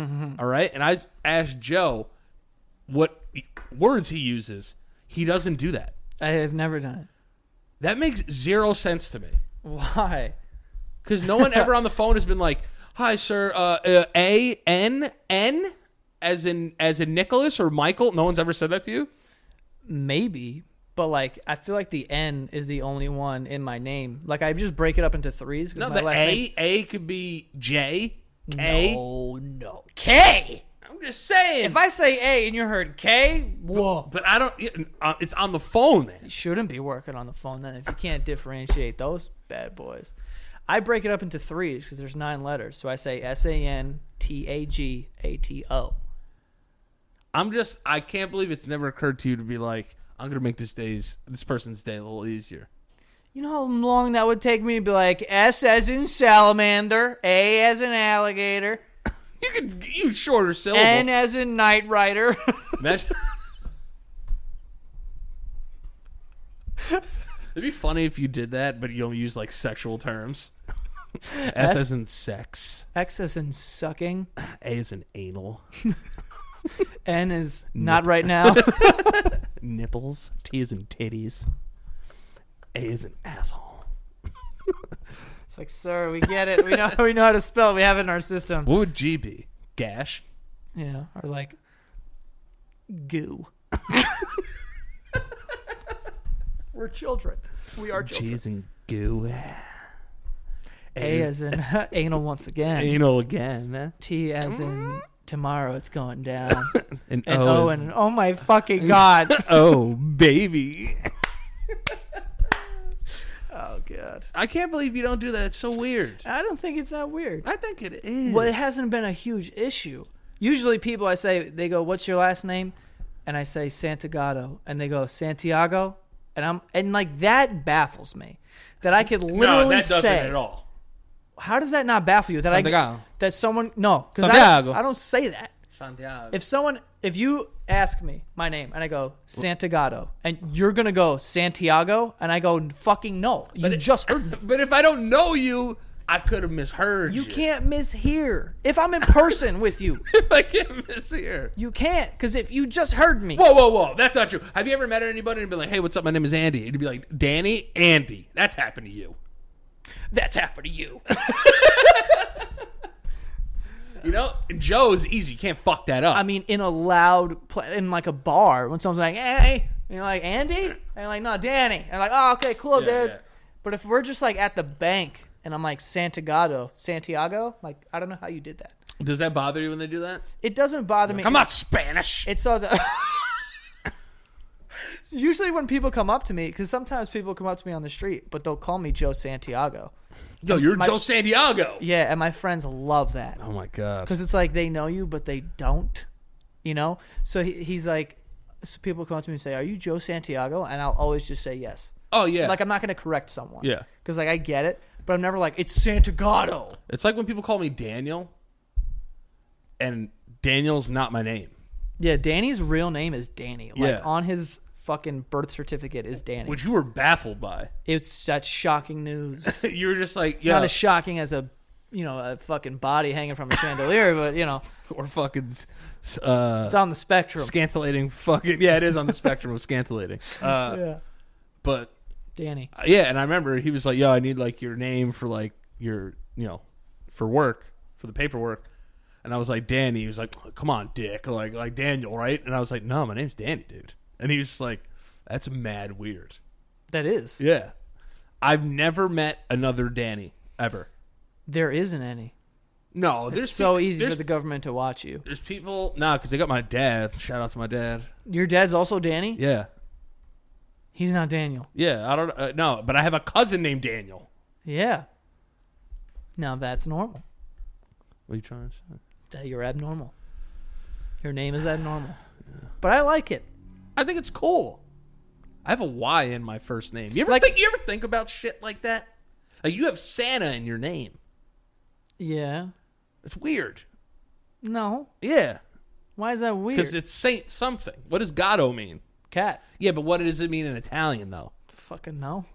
S2: All right, and I asked Joe what words he uses. He doesn't do that.
S1: I have never done it.
S2: That makes zero sense to me
S1: Why?
S2: because no one ever on the phone has been like, "Hi, sir, uh, uh, A N N." As in, as in Nicholas or Michael, no one's ever said that to you.
S1: Maybe, but like I feel like the N is the only one in my name. Like I just break it up into threes. 'cause
S2: No,
S1: my
S2: but
S1: last
S2: A
S1: name- Oh,
S2: A could be J K.
S1: No, no. K.
S2: I'm just saying.
S1: If I say A and you heard K, whoa.
S2: but I don't. uh, It's on the phone, man.
S1: You shouldn't be working on the phone then if you can't differentiate those bad boys. I break it up into threes because there's nine letters. So I say S A N T A G A T O.
S2: I'm just. I can't believe it's never occurred to you to be like, I'm gonna make this day's this person's day a little easier.
S1: You know how long that would take me to be like S as in salamander, A as in alligator,
S2: You could use shorter syllables.
S1: N as in night rider.
S2: Imagine. It'd be funny if you did that, but you only use like sexual terms. S as in sex,
S1: X as in sucking,
S2: A as in anal,
S1: N is not right now.
S2: nipples, T as in titties, A as in asshole.
S1: It's like, sir, we get it. We know we know how to spell. it. We have it in our system.
S2: What would G be? Gash.
S1: Yeah, or like goo. We're children. We are
S2: G as in goo.
S1: A as in anal once again.
S2: anal again. eh?
S1: T as in tomorrow it's going down.
S2: And,
S1: And
S2: O,
S1: O
S2: as-
S1: and oh my fucking god.
S2: oh baby.
S1: oh god.
S2: I can't believe you don't do that. It's so weird.
S1: I don't think it's that weird.
S2: I think it is.
S1: Well, it hasn't been a huge issue. Usually, people I say they go, "What's your last name?" and I say Santagato, and they go Santiago, and I'm and like that baffles me that I could literally
S2: no, that doesn't
S1: say.
S2: at all.
S1: How does that not baffle you that
S2: Santiago.
S1: I that someone no because I,
S2: Santiago.
S1: I don't say that.
S2: Santiago.
S1: If someone if you ask me my name and I go Santagato and you're gonna go Santiago and I go fucking no you just heard me.
S2: But if I don't know you, I could have misheard you.
S1: you can't mishear if I'm in person with you
S2: If I can't mishear.
S1: you can't because if you just heard me
S2: Whoa, whoa, whoa! That's not true. Have you ever met anybody and been like, "Hey, what's up? My name is Andy." It'd be like, "Danny, Andy." That's happened to you.
S1: that's happened to you
S2: You know, Joe's easy. You can't fuck that up.
S1: I mean in a loud pla in like a bar when someone's like hey and you're like Andy and you're like no Danny and like oh okay cool
S2: Yeah,
S1: dude
S2: yeah.
S1: but if we're just like at the bank and I'm like Santiago Santiago like I don't know how you did that
S2: Does that bother you when they do that?
S1: it doesn't bother me
S2: I'm not Spanish.
S1: It's so. Usually when people come up to me, because sometimes people come up to me on the street, but they'll call me Joe Santiago,
S2: Yo, you're
S1: My-
S2: Joe Santiago.
S1: Yeah, and my friends love that
S2: Oh my god.
S1: because it's like they know you, but they don't, you know. So he, he's like, so people come up to me and say, "Are you Joe Santiago?" And I'll always just say yes.
S2: Oh yeah.
S1: Like I'm not gonna correct someone.
S2: Yeah.
S1: because like I get it, but I'm never like it's Santiago.
S2: it's like when people call me Daniel, and Daniel's not my name,
S1: Yeah, Danny's real name is Danny. Like
S2: Yeah.
S1: on his fucking birth certificate is Danny.
S2: which you were baffled by.
S1: it's that's shocking news. It's
S2: you were just like,
S1: not
S2: yeah,
S1: as shocking as a you know a fucking body hanging from a chandelier, but you know
S2: or fucking uh,
S1: it's on the spectrum.
S2: scantilating. Fucking yeah, it is on the spectrum of scantilating. Uh,
S1: yeah,
S2: But uh,
S1: Danny.
S2: yeah, and I remember he was like, "Yo, I need like your name for like your you know for work for the paperwork," and I was like, "Danny." He was like, "Come on, Dick," like like Daniel, right? And I was like, "No, my name's Danny, dude." And he was just like, "That's mad weird."
S1: That is.
S2: Yeah, I've never met another Danny ever.
S1: There isn't any.
S2: No, there's
S1: It's so
S2: pe-
S1: easy
S2: There's,
S1: for the government to watch you.
S2: there's people nah, because they got my dad. Shout out to my dad.
S1: Your dad's also Danny.
S2: Yeah,
S1: He's not Daniel.
S2: yeah. I don't uh, no, but I have a cousin named Daniel.
S1: Yeah. Now that's normal.
S2: What are you trying to say?
S1: That You're abnormal. Your name is abnormal. But I like it.
S2: I think it's cool. I have a Y in my first name. You ever
S1: Like-
S2: think you ever think about shit like that? Like you have Santa in your name.
S1: Yeah.
S2: It's weird.
S1: No.
S2: Yeah,
S1: Why is that weird?
S2: because it's Saint something. What does Gatto mean?
S1: cat.
S2: Yeah, but what does it mean in Italian though?
S1: Fucking no.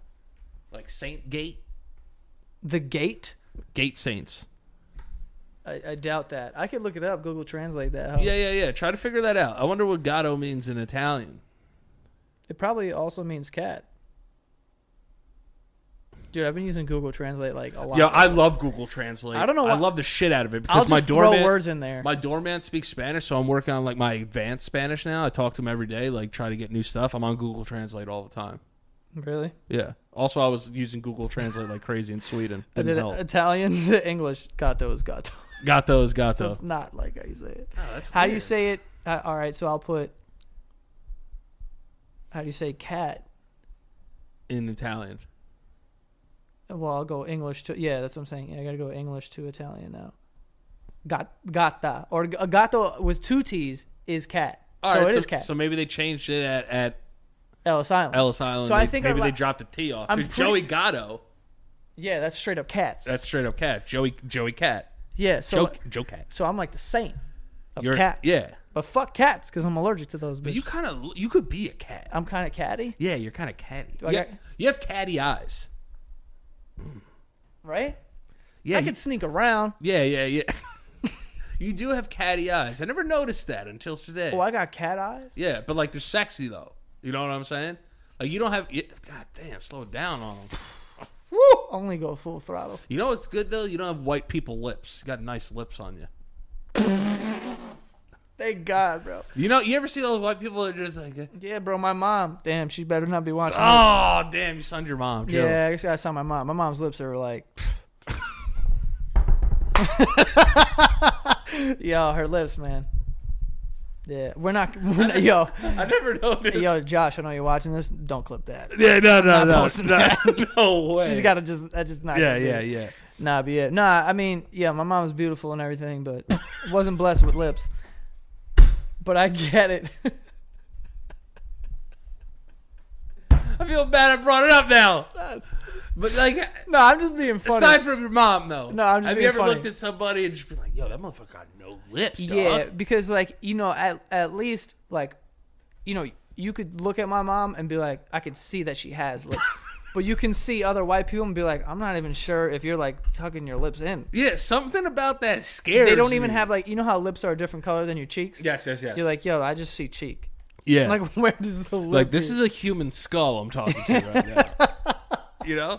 S2: Like Saint Gate,
S1: The gate.
S2: Gate Saints.
S1: I, I doubt that. I could look it up. Google Translate that. huh?
S2: Yeah, yeah, yeah. Try to figure that out. I wonder what Gatto means in Italian.
S1: It probably also means cat. Dude, I've been using Google Translate like a lot.
S2: Yeah, I love Google Translate.
S1: I don't know
S2: I
S1: why-
S2: love the shit out of it because
S1: I'll
S2: my
S1: just throw
S2: doorman
S1: words in there.
S2: my doorman speaks Spanish, so I'm working on like my advanced Spanish now. I talk to him every day, like try to get new stuff. I'm on Google Translate all the time.
S1: really?
S2: Yeah. Also, I was using Google Translate like crazy in Sweden.
S1: I
S2: Didn't
S1: did
S2: help.
S1: it, Italian to English. Gato is gato.
S2: Got those. Got
S1: So
S2: those.
S1: it's not like how you say it.
S2: Oh, that's
S1: Uh-huh. How you
S2: weird.
S1: say it? Uh, all right, so I'll put. How do you say cat?
S2: in Italian.
S1: Well, I'll go English to. Yeah, that's what I'm saying. I gotta go English to Italian now. Gat, gata or g- gato with two T's is cat.
S2: All
S1: so
S2: right,
S1: it is
S2: so,
S1: cat.
S2: so maybe they changed it at, at
S1: Ellis Island.
S2: Ellis Island.
S1: So I
S2: They-
S1: think
S2: maybe
S1: our
S2: they
S1: la-
S2: dropped the T off
S1: I'm
S2: because
S1: pretty-
S2: Joey Gatto.
S1: yeah, that's straight up cats.
S2: That's straight up cat. Joey Joey Cat.
S1: yeah. So
S2: Joe Joe Cat.
S1: so I'm like the saint of
S2: You're-
S1: cats.
S2: yeah.
S1: but fuck cats because I'm allergic to those.
S2: But
S1: Bitches.
S2: you kind of you could be a cat.
S1: I'm kind of catty,
S2: Yeah, you're kind of catty.
S1: I
S2: you,
S1: got-
S2: you have catty eyes.
S1: right?
S2: Yeah,
S1: I
S2: you-
S1: could sneak around.
S2: yeah, yeah, yeah. you do have catty eyes. I never noticed that until today.
S1: Oh, I got cat eyes.
S2: yeah, but like they're sexy though. You know what I'm saying? Like you don't have. You, God damn, slow down on them.
S1: Woo! Only go full throttle.
S2: You know what's good though? You don't have white people lips. You got nice lips on you.
S1: Thank God, bro.
S2: You know, you ever see those white people that are just like,
S1: Yeah, bro. My mom. Damn, she better not be watching. this.
S2: oh damn, you sunned your mom. Too.
S1: Yeah, I guess I saw my mom. My mom's lips are like. yo, her lips, man. Yeah, we're not. We're not yo,
S2: I never noticed.
S1: yo, Josh. I know you're watching this. Don't clip that.
S2: yeah, no, no,
S1: I'm not
S2: no,
S1: posting
S2: no, no way.
S1: She's got to just. I just not.
S2: Yeah,
S1: gonna do
S2: yeah,
S1: it.
S2: yeah.
S1: Nah, but yeah, nah. I mean, yeah, my mom was beautiful and everything, but wasn't blessed with lips. But I get it.
S2: I feel bad I brought it up now. But like,
S1: no, I'm just being funny.
S2: Aside from your mom, though.
S1: No, I'm just
S2: Have you
S1: being
S2: ever
S1: funny.
S2: looked at somebody and just been like, "Yo, that motherfucker got no lips, dog."
S1: Yeah, because like you know, at at least like, you know, you could look at my mom and be like, I could see that she has lips, but you can see other white people and be like, I'm not even sure if you're like tucking your lips in.
S2: Yeah, something about that scares.
S1: They don't even
S2: me.
S1: have like you know how lips are a different color than your cheeks.
S2: Yes, yes, yes.
S1: You're like, yo, I just see cheek.
S2: yeah,
S1: Like,
S2: like,
S1: where does the lip
S2: this
S1: be?
S2: is a human skull I'm talking to right now. you know?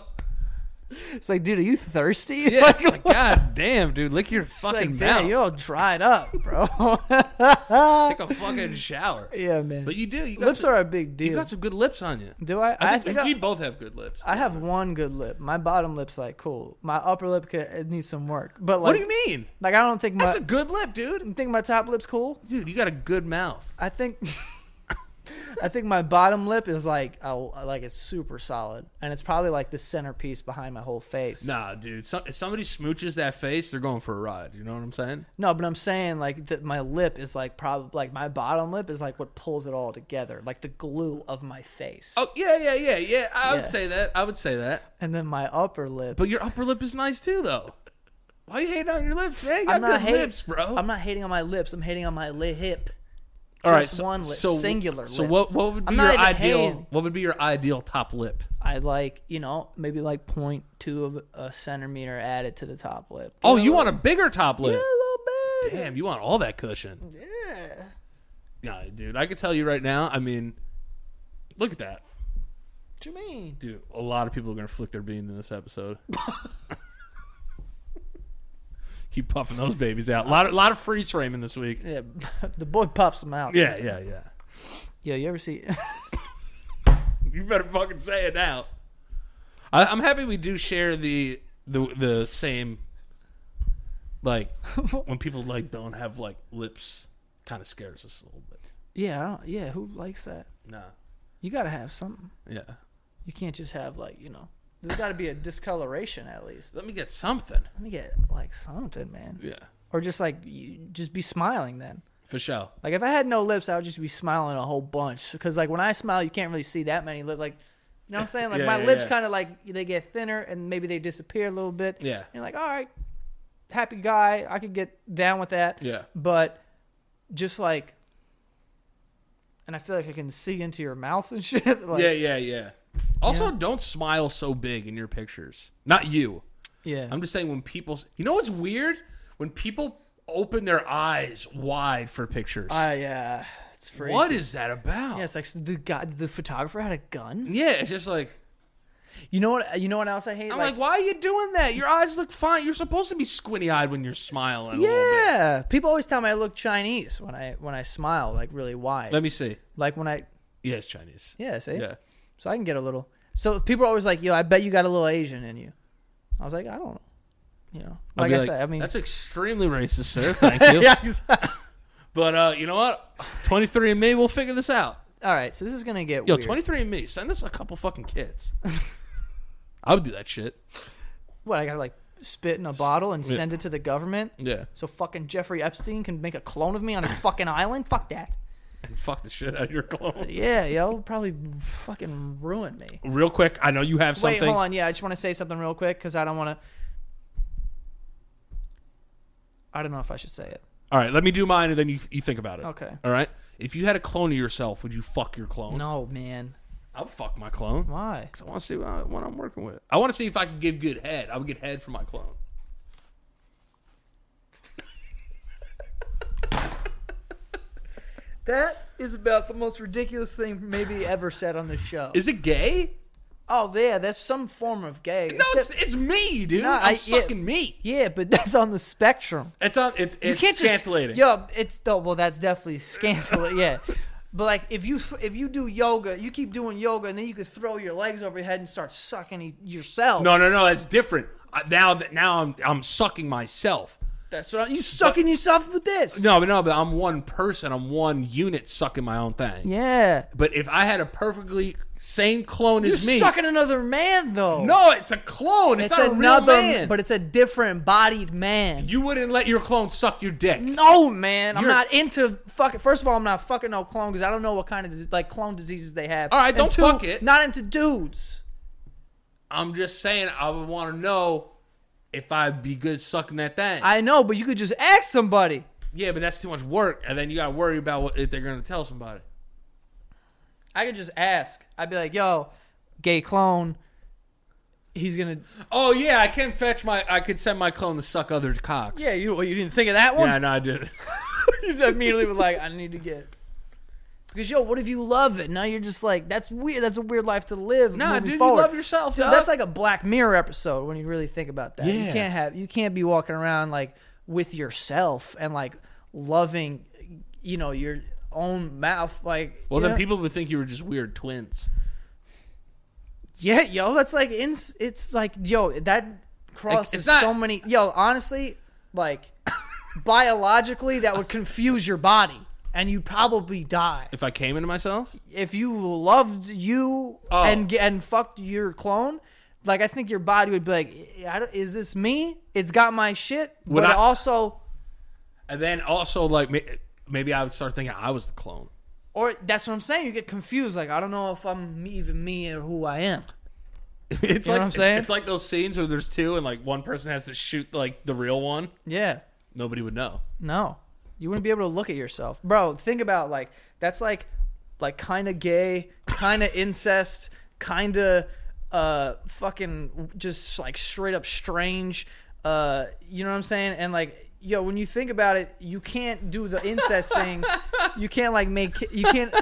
S1: It's like, dude, are you thirsty?
S2: Yeah. it's like, God damn, dude, lick your
S1: It's
S2: fucking
S1: like,
S2: mouth.
S1: damn, you're all dried up, bro.
S2: Take a fucking shower.
S1: yeah, man.
S2: But you do. You got
S1: lips
S2: some,
S1: are a big
S2: You
S1: deal.
S2: got some good lips on you.
S1: Do I?
S2: I think, we both have good lips.
S1: I have one good lip. My bottom lip's like cool. My upper lip could, it needs some work. But like,
S2: what do you mean?
S1: Like I don't think my
S2: That's a good lip, dude.
S1: think my top lip's cool.
S2: Dude, you got a good mouth.
S1: I think I think my bottom lip is like a, like it's super solid, and it's probably like the centerpiece behind my whole face.
S2: Nah, dude. So, if somebody smooches that face, they're going for a ride. You know what I'm saying?
S1: No, but I'm saying like that my lip is like probably like my bottom lip is like what pulls it all together, like the glue of my face.
S2: Oh yeah, yeah, yeah, yeah. I
S1: Yeah.
S2: would say that. I would say that.
S1: And then my upper lip.
S2: But your upper lip is nice too, though. Why you hating on your lips, man? You got
S1: I'm not
S2: good
S1: hate-
S2: lips, bro.
S1: I'm not hating on my lips. I'm hating on my li- hip.
S2: All right,
S1: just one lip, singular
S2: So
S1: lip.
S2: what? What would be
S1: I'm
S2: your
S1: not even
S2: ideal?
S1: hating.
S2: What would be your ideal top lip?
S1: I like you know maybe like 0.2 of a centimeter added to the top lip.
S2: Oh,
S1: know,
S2: you want a bigger top lip?
S1: a little bit?
S2: Damn, you want all that cushion?
S1: Yeah.
S2: Nah, dude. I could tell you right now. I mean, look at that,
S1: What you mean?
S2: dude. A lot of people are gonna flick their beans in this episode. Keep puffing those babies out. A lot, of, lot of freeze framing this week.
S1: Yeah, the boy puffs them out.
S2: Yeah, yeah, yeah.
S1: Yeah, you ever see?
S2: You better fucking say it now. I, I'm happy we do share the the the same like when people like don't have like lips kind of scares us a little bit.
S1: yeah, I don't, yeah. Who likes that?
S2: Nah.
S1: You gotta have something.
S2: Yeah.
S1: You can't just have like you know. There's gotta be a discoloration at least.
S2: Let me get something.
S1: Let me get like something, man.
S2: Yeah.
S1: Or just like you, just be smiling then.
S2: For sure.
S1: Like if I had no lips, I would just be smiling a whole bunch. Because like when I smile, you can't really see that many lips. Like, you know what I'm saying? Like
S2: Yeah,
S1: my
S2: yeah,
S1: lips
S2: yeah.
S1: kind of like they get thinner and maybe they disappear a little bit.
S2: Yeah.
S1: You're like, all right, happy guy. I could get down with that.
S2: Yeah.
S1: But just like, and I feel like I can see into your mouth and shit. like,
S2: yeah, yeah, yeah. Also, don't smile so big in your pictures. Not you.
S1: yeah.
S2: I'm just saying when people You know what's weird? When people open their eyes wide for pictures.
S1: I, uh, it's free.
S2: what is that about?
S1: Yeah, it's like the guy, the photographer had a gun.
S2: Yeah, it's just like
S1: You know what? You know what else I hate?
S2: I'm like, why are you doing that? Your eyes look fine. You're supposed to be squinty eyed when you're smiling. A little bit.
S1: Yeah, people always tell me I look Chinese when I when I smile like really wide.
S2: Let me see.
S1: like when I
S2: Yeah, it's Chinese.
S1: yeah, see,
S2: Yeah.
S1: so I can get a little. So people are always like, "Yo, I bet you got a little Asian in you." I was like, I don't, you know,
S2: I'll
S1: like
S2: be
S1: I said, I mean,
S2: that's extremely racist, sir. Thank you.
S1: yeah, exactly.
S2: But uh, you know what? 23 and Me, we'll figure this out.
S1: All right, so this is gonna get
S2: Yo,
S1: weird.
S2: 23 and Me, send us a couple fucking kids. I would do that shit.
S1: What I gotta like spit in a bottle and
S2: yeah.
S1: send it to the government
S2: Yeah.
S1: so fucking Jeffrey Epstein can make a clone of me on his fucking island? Fuck that.
S2: And fuck the shit out of your clone.
S1: Yeah, yo, probably fucking ruin me.
S2: Real quick, I know you have something.
S1: Wait, hold on. Yeah, I just want to say something real quick because I don't want to. I don't know if I should say it.
S2: All right, let me do mine and then you, you think about it.
S1: Okay.
S2: All right? If you had a clone of yourself, would you fuck your clone?
S1: No, man.
S2: I would fuck my clone.
S1: Why?
S2: I want to see what, I, what I'm working with. I want to see if I can give good head. I would get head from my clone.
S1: That is about the most ridiculous thing maybe ever said on this show.
S2: Is it gay?
S1: oh, yeah, that's some form of gay.
S2: No, it's it's me, dude.
S1: No, I-
S2: I'm
S1: yeah.
S2: sucking meat.
S1: yeah, but that's on the spectrum.
S2: It's on. It's
S1: You
S2: it's
S1: can't just
S2: scintillating.
S1: Yo, it's no. Well, that's definitely scintillating. yeah. But like, if you if you do yoga, you keep doing yoga, and then you could throw your legs over your head and start sucking e- yourself.
S2: No, no, no. That's different. I, now that now I'm I'm sucking myself.
S1: that's what I'm, you sucking yourself with this.
S2: No, but no, but I'm one person. I'm one unit sucking my own thing.
S1: Yeah.
S2: But if I had a perfectly same clone
S1: You're
S2: as me,
S1: sucking another man, though.
S2: no, it's a clone. It's,
S1: it's
S2: not
S1: another,
S2: a real man.
S1: but it's a different bodied man.
S2: you wouldn't let your clone suck your dick.
S1: no, man, I'm
S2: You're-
S1: not into fucking. First of all, I'm not fucking no clone because I don't know what kind of like clone diseases they have.
S2: All right,
S1: And
S2: don't
S1: two,
S2: fuck it.
S1: Not into dudes.
S2: I'm just saying, I would want to know if I'd be good sucking that thing.
S1: I know, but you could just ask somebody.
S2: yeah, but that's too much work, and then you got to worry about what if they're going to tell somebody.
S1: I could just ask. I'd be like, "Yo, gay clone." He's gonna.
S2: Oh yeah, I can fetch my. I could send my clone to suck other cocks.
S1: Yeah, you you didn't think of that one.
S2: yeah, no, I did.
S1: He's immediately was like, I need to get. Because yo, what if you love it? Now you're just like, that's weird. That's a weird life to live.
S2: Nah,
S1: moving
S2: dude, you
S1: forward.
S2: love yourself,
S1: Dude,
S2: dog.
S1: that's like a Black Mirror episode when you really think about that. You
S2: Yeah.
S1: can't have, you can't be walking around like with yourself and like loving, you know, your own mouth. Like,
S2: Well,
S1: you
S2: then
S1: know?
S2: people would think you were just weird twins.
S1: yeah, yo, that's like, ins- it's like, yo, that crosses
S2: it's not-
S1: so many. Yo, honestly, like biologically, that would confuse your body. and you'd probably die.
S2: If I came into myself,
S1: If you loved you
S2: Oh.
S1: and ge- and fucked your clone, like I think your body would be like, I don't, is this me? It's got my shit,
S2: Would
S1: but
S2: I-
S1: also,
S2: and then also like may- maybe I would start thinking I was the clone.
S1: or that's what I'm saying. You get confused. Like I don't know if I'm me- even me or who I am.
S2: It's
S1: You know
S2: like
S1: what I'm saying?
S2: It's, it's like those scenes where there's two and like one person has to shoot like the real one.
S1: Yeah.
S2: Nobody would know.
S1: No, you wouldn't be able to look at yourself, bro. Think about like that's like like kind of gay, kind of incest, kind of uh fucking just like straight up strange. Uh, you know what I'm saying? And like. Yo, when you think about it, you can't do the incest thing. You can't like make ki- you can't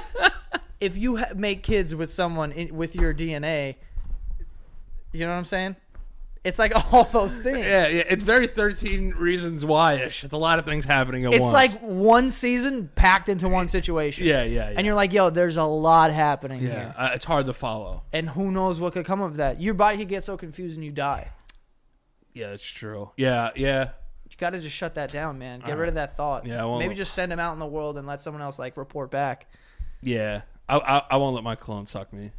S1: if you ha- make kids with someone in, with your DNA. You know what I'm saying? It's like all those things.
S2: Yeah, yeah. It's very thirteen reasons why ish. It's a lot of things happening at
S1: It's
S2: once.
S1: like one season packed into one situation.
S2: yeah, yeah, yeah.
S1: And you're like, yo, there's a lot happening
S2: yeah.
S1: here.
S2: Uh, it's hard to follow.
S1: And who knows what could come of that. Your body could get so confused and you die.
S2: Yeah, that's true. Yeah, yeah.
S1: You gotta just shut that down, man. Get rid of that thought.
S2: Yeah, I won't-
S1: Maybe just send him out in the world and let someone else like report back.
S2: Yeah, I, I I won't let my clone suck me.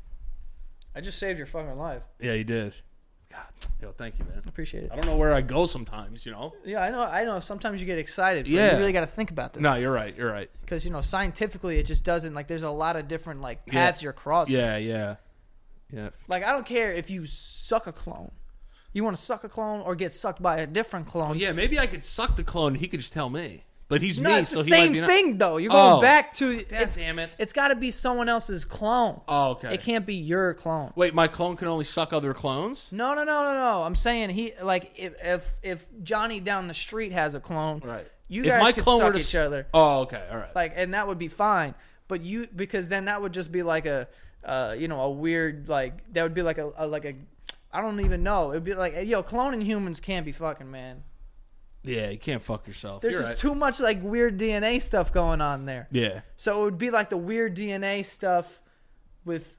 S1: I just saved your fucking life.
S2: Yeah, you did. God, yo, thank you, man.
S1: I appreciate it.
S2: I don't know where I go sometimes. You know.
S1: Yeah, I know I know sometimes you get excited, but
S2: Yeah.
S1: you really gotta think about this.
S2: No, you're right. You're right.
S1: Because you know, scientifically it just doesn't like there's a lot of different like
S2: Yeah.
S1: paths you're crossing.
S2: Yeah, yeah, yeah.
S1: Like I don't care if you suck a clone. You wanna suck a clone or get sucked by a different clone.
S2: Oh yeah, maybe I could suck the clone. and He could just tell me, but he's
S1: No,
S2: me,
S1: it's
S2: so
S1: the
S2: he
S1: same
S2: might be
S1: thing though. You're going
S2: Oh.
S1: back to
S2: Not- God
S1: it's,
S2: damn it!
S1: it's got to be someone else's clone.
S2: Oh okay.
S1: It can't be your clone.
S2: Wait, my clone can only suck other clones.
S1: No, no, no, no, no. I'm saying he like if if, if Johnny down the street has a clone,
S2: Right.
S1: You
S2: If
S1: guys
S2: my
S1: could
S2: clone
S1: suck
S2: were to
S1: each
S2: s-
S1: other,
S2: Oh okay. All right.
S1: like, and that would be fine. But you because then that would just be like a uh, you know a weird like that would be like a, a like a I don't even know. It'd be like yo cloning humans can't be fucking man.
S2: yeah, you can't fuck yourself.
S1: There's
S2: You're
S1: just
S2: right.
S1: too much like weird DNA stuff going on there.
S2: yeah.
S1: So it would be like the weird DNA stuff with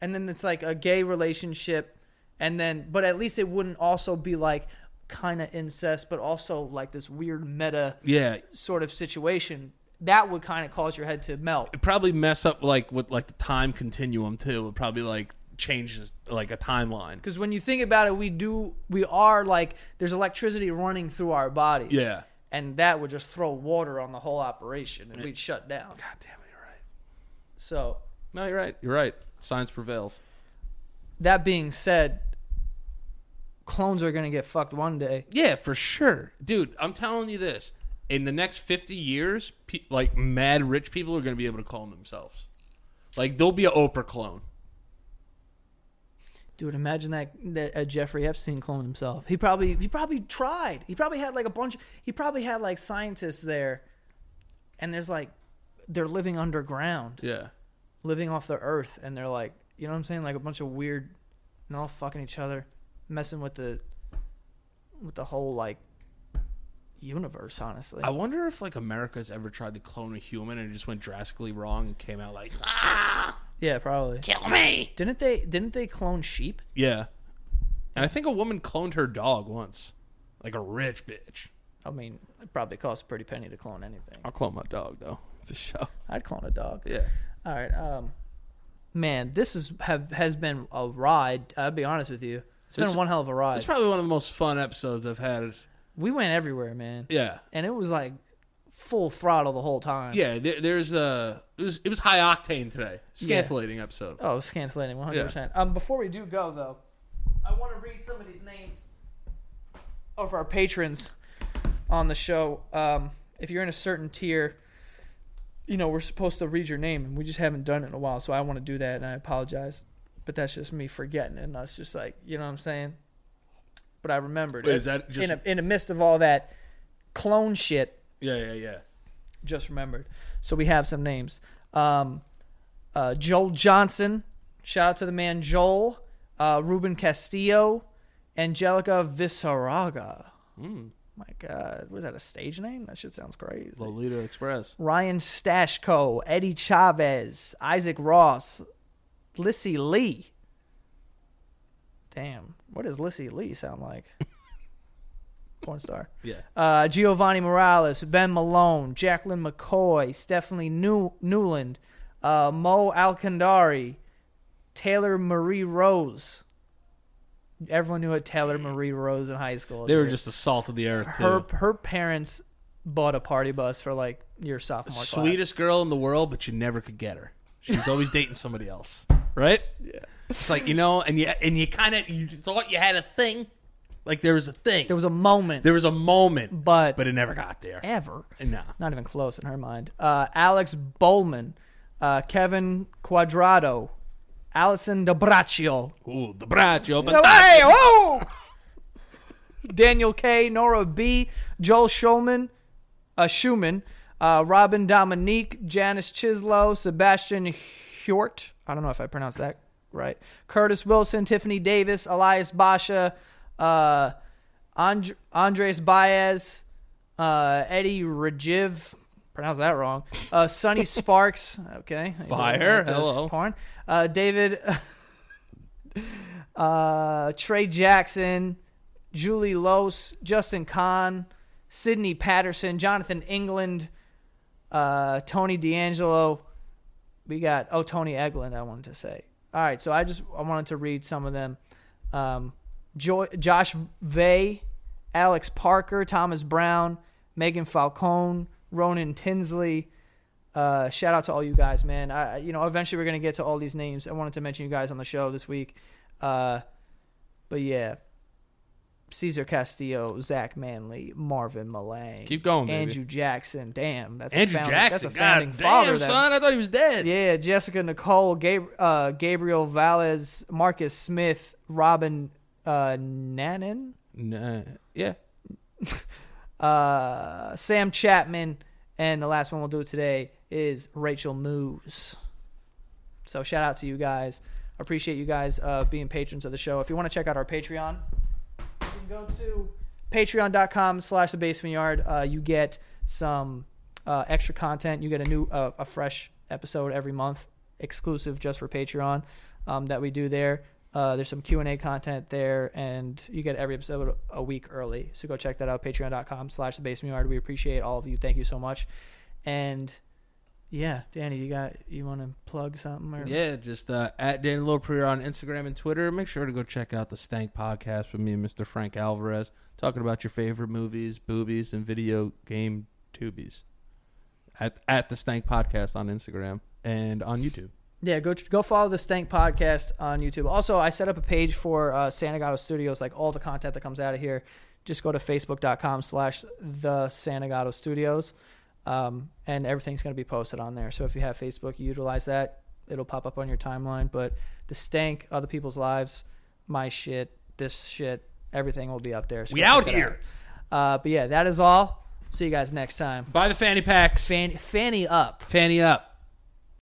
S1: and then it's like a gay relationship and then but at least it wouldn't also be like kind of incest but also like this weird meta
S2: Yeah.
S1: sort of situation. That would kind of cause your head to melt.
S2: It'd probably mess up like with like the time continuum too. It would probably like changes like a timeline.
S1: Cuz when you think about it we do we are like there's electricity running through our bodies.
S2: Yeah.
S1: And that would just throw water on the whole operation and we'd shut down.
S2: God damn it, you're right.
S1: So
S2: No, you're right. You're right. Science prevails.
S1: that being said clones are going to get fucked one day.
S2: Yeah, for sure, dude. I'm telling you this: in the next 50 years, pe- like mad rich people are going to be able to clone themselves. Like there'll be a Oprah clone.
S1: Dude, imagine that, that uh, Jeffrey Epstein cloned himself. He probably he probably tried. He probably had like a bunch. He probably had like scientists there, and there's like they're living underground,
S2: Yeah.
S1: living off the earth, and they're like you know what I'm saying, like a bunch of weird, and all fucking each other, messing with the with the whole like universe. Honestly,
S2: I wonder if like America's ever tried to clone a human and it just went drastically wrong and came out like, ah,
S1: yeah, probably.
S2: kill me.
S1: Didn't they didn't they clone sheep?
S2: Yeah. And I think a woman cloned her dog once, like a rich bitch.
S1: I mean, it probably costs a pretty penny to clone anything.
S2: I'll clone my dog though for sure.
S1: I'd clone a dog.
S2: Yeah.
S1: All right, um, man, this is have has been a ride. I'll be honest with you, it's been
S2: This-
S1: one hell of a ride.
S2: It's probably one of the most fun episodes I've had.
S1: we went everywhere, man,
S2: Yeah.
S1: and it was like full throttle the whole time.
S2: Yeah, there, there's uh it was it was high octane today. Scantilating episode.
S1: Oh, it was canceling one hundred percent. Um, before we do go though, I want to read some of these names of our patrons on the show. Um, if you're in a certain tier, you know we're supposed to read your name, and we just haven't done it in a while. So I want to do that, and I apologize, but that's just me forgetting, and that's just like you know what I'm saying. But I remembered.
S2: Wait,
S1: it.
S2: is that just-
S1: in a, in the midst of all that clone shit?
S2: Yeah, yeah, yeah.
S1: just remembered. So we have some names. Um, uh, Joel Johnson, shout out to the man Joel, uh, Ruben Castillo, Angelica Visaraga. My God, was that a stage name? That shit sounds crazy.
S2: Lolita Express.
S1: Ryan Stashko, Eddie Chavez, Isaac Ross, Lissy Lee. Damn, what does Lissy Lee sound like? porn star.
S2: Yeah.
S1: Uh, Giovanni Morales, Ben Malone, Jacqueline McCoy, Stephanie New- Newland, uh, Mo Alcantari, Taylor Marie Rose. Everyone knew a Taylor Marie Rose in high school.
S2: Mm. They were
S1: dude.
S2: just the salt of the earth. Too.
S1: her her parents bought a party bus for like your sophomore class.
S2: sweetest girl in the world, but you never could get her. She's always dating somebody else, right? Yeah. It's like you know, and you and you kind of you thought you had a thing, like there was a thing,
S1: There was a moment,
S2: there was a moment,
S1: but,
S2: but it never got there.
S1: ever.
S2: No.
S1: Not even close in her mind. Uh, Alex Bowman, uh, Kevin Quadrado, Allison DeBraccio.
S2: Ooh, the braccio, but
S1: Hey, oh! Daniel K, Nora B, Joel Shulman, uh, Schumann, uh, Robin Dominique, Janice Chislow, Sebastian Hjort. I don't know if I pronounced that right. Curtis Wilson, Tiffany Davis, Elias Basha, uh, And- Andres Baez, uh, Eddie Rajiv. Pronounced that wrong. Uh, Sonny Sparks. Okay.
S2: Fire.
S1: Does
S2: Hello.
S1: Porn. Uh, David. uh, Trey Jackson, Julie Lose, Justin Kahn, Sidney Patterson, Jonathan England, uh, Tony D'Angelo. We got oh Tony Eglin. I wanted to say. All right, so I just I wanted to read some of them. Um, jo- Josh Vay, Alex Parker, Thomas Brown, Megan Falcone, Ronan Tinsley. Uh, shout out to all you guys, man. I, I- you know, eventually we're gonna get to all these names. I wanted to mention you guys on the show this week. Uh, but yeah, Cesar Castillo, Zach Manley, Marvin Malay,
S2: Keep going, baby.
S1: Andrew Jackson. Damn, that's a
S2: Andrew
S1: founding,
S2: Jackson,
S1: That's a founding
S2: God
S1: father.
S2: damn,
S1: that-
S2: son, I thought he was dead.
S1: yeah, Jessica Nicole, Gab- uh, Gabriel Valles, Marcus Smith, Robin uh, Nanan,
S2: Nah, yeah.
S1: uh, Sam Chapman, and the last one we'll do today is Rachel Moose. So shout out to you guys. Appreciate you guys uh, being patrons of the show. If you want to check out our Patreon, you can go to patreon.com slash the basement yard. Uh, you get some uh, extra content. You get a new, uh, a fresh episode every month, exclusive just for Patreon um, that we do there. Uh, there's some Q&A content there, and you get every episode a week early. So go check that out, patreon.com slash the basement yard. We appreciate all of you. Thank you so much. And yeah, Danny, you got you want to plug something? Or?
S2: Yeah, just uh, at Danny Loprier on Instagram and Twitter. Make sure to go check out the Stank podcast with me and Mr. Frank Alvarez, talking about your favorite movies, boobies, and video game tubies. At at the Stank podcast on Instagram and on YouTube.
S1: Yeah, go go follow the Stank Podcast on YouTube. Also, I set up a page for uh, Santa Gato Studios, like all the content that comes out of here. Just go to facebook.com slash the Santa Gato Studios, um, and everything's going to be posted on there. So if you have Facebook, you utilize that. It'll pop up on your timeline. But the Stank, other people's lives, my shit, this shit, everything will be up there. So
S2: We
S1: go check
S2: out
S1: it
S2: here.
S1: Uh, but yeah, that is all. See you guys next time.
S2: Buy the fanny packs.
S1: Fanny, fanny up.
S2: fanny up.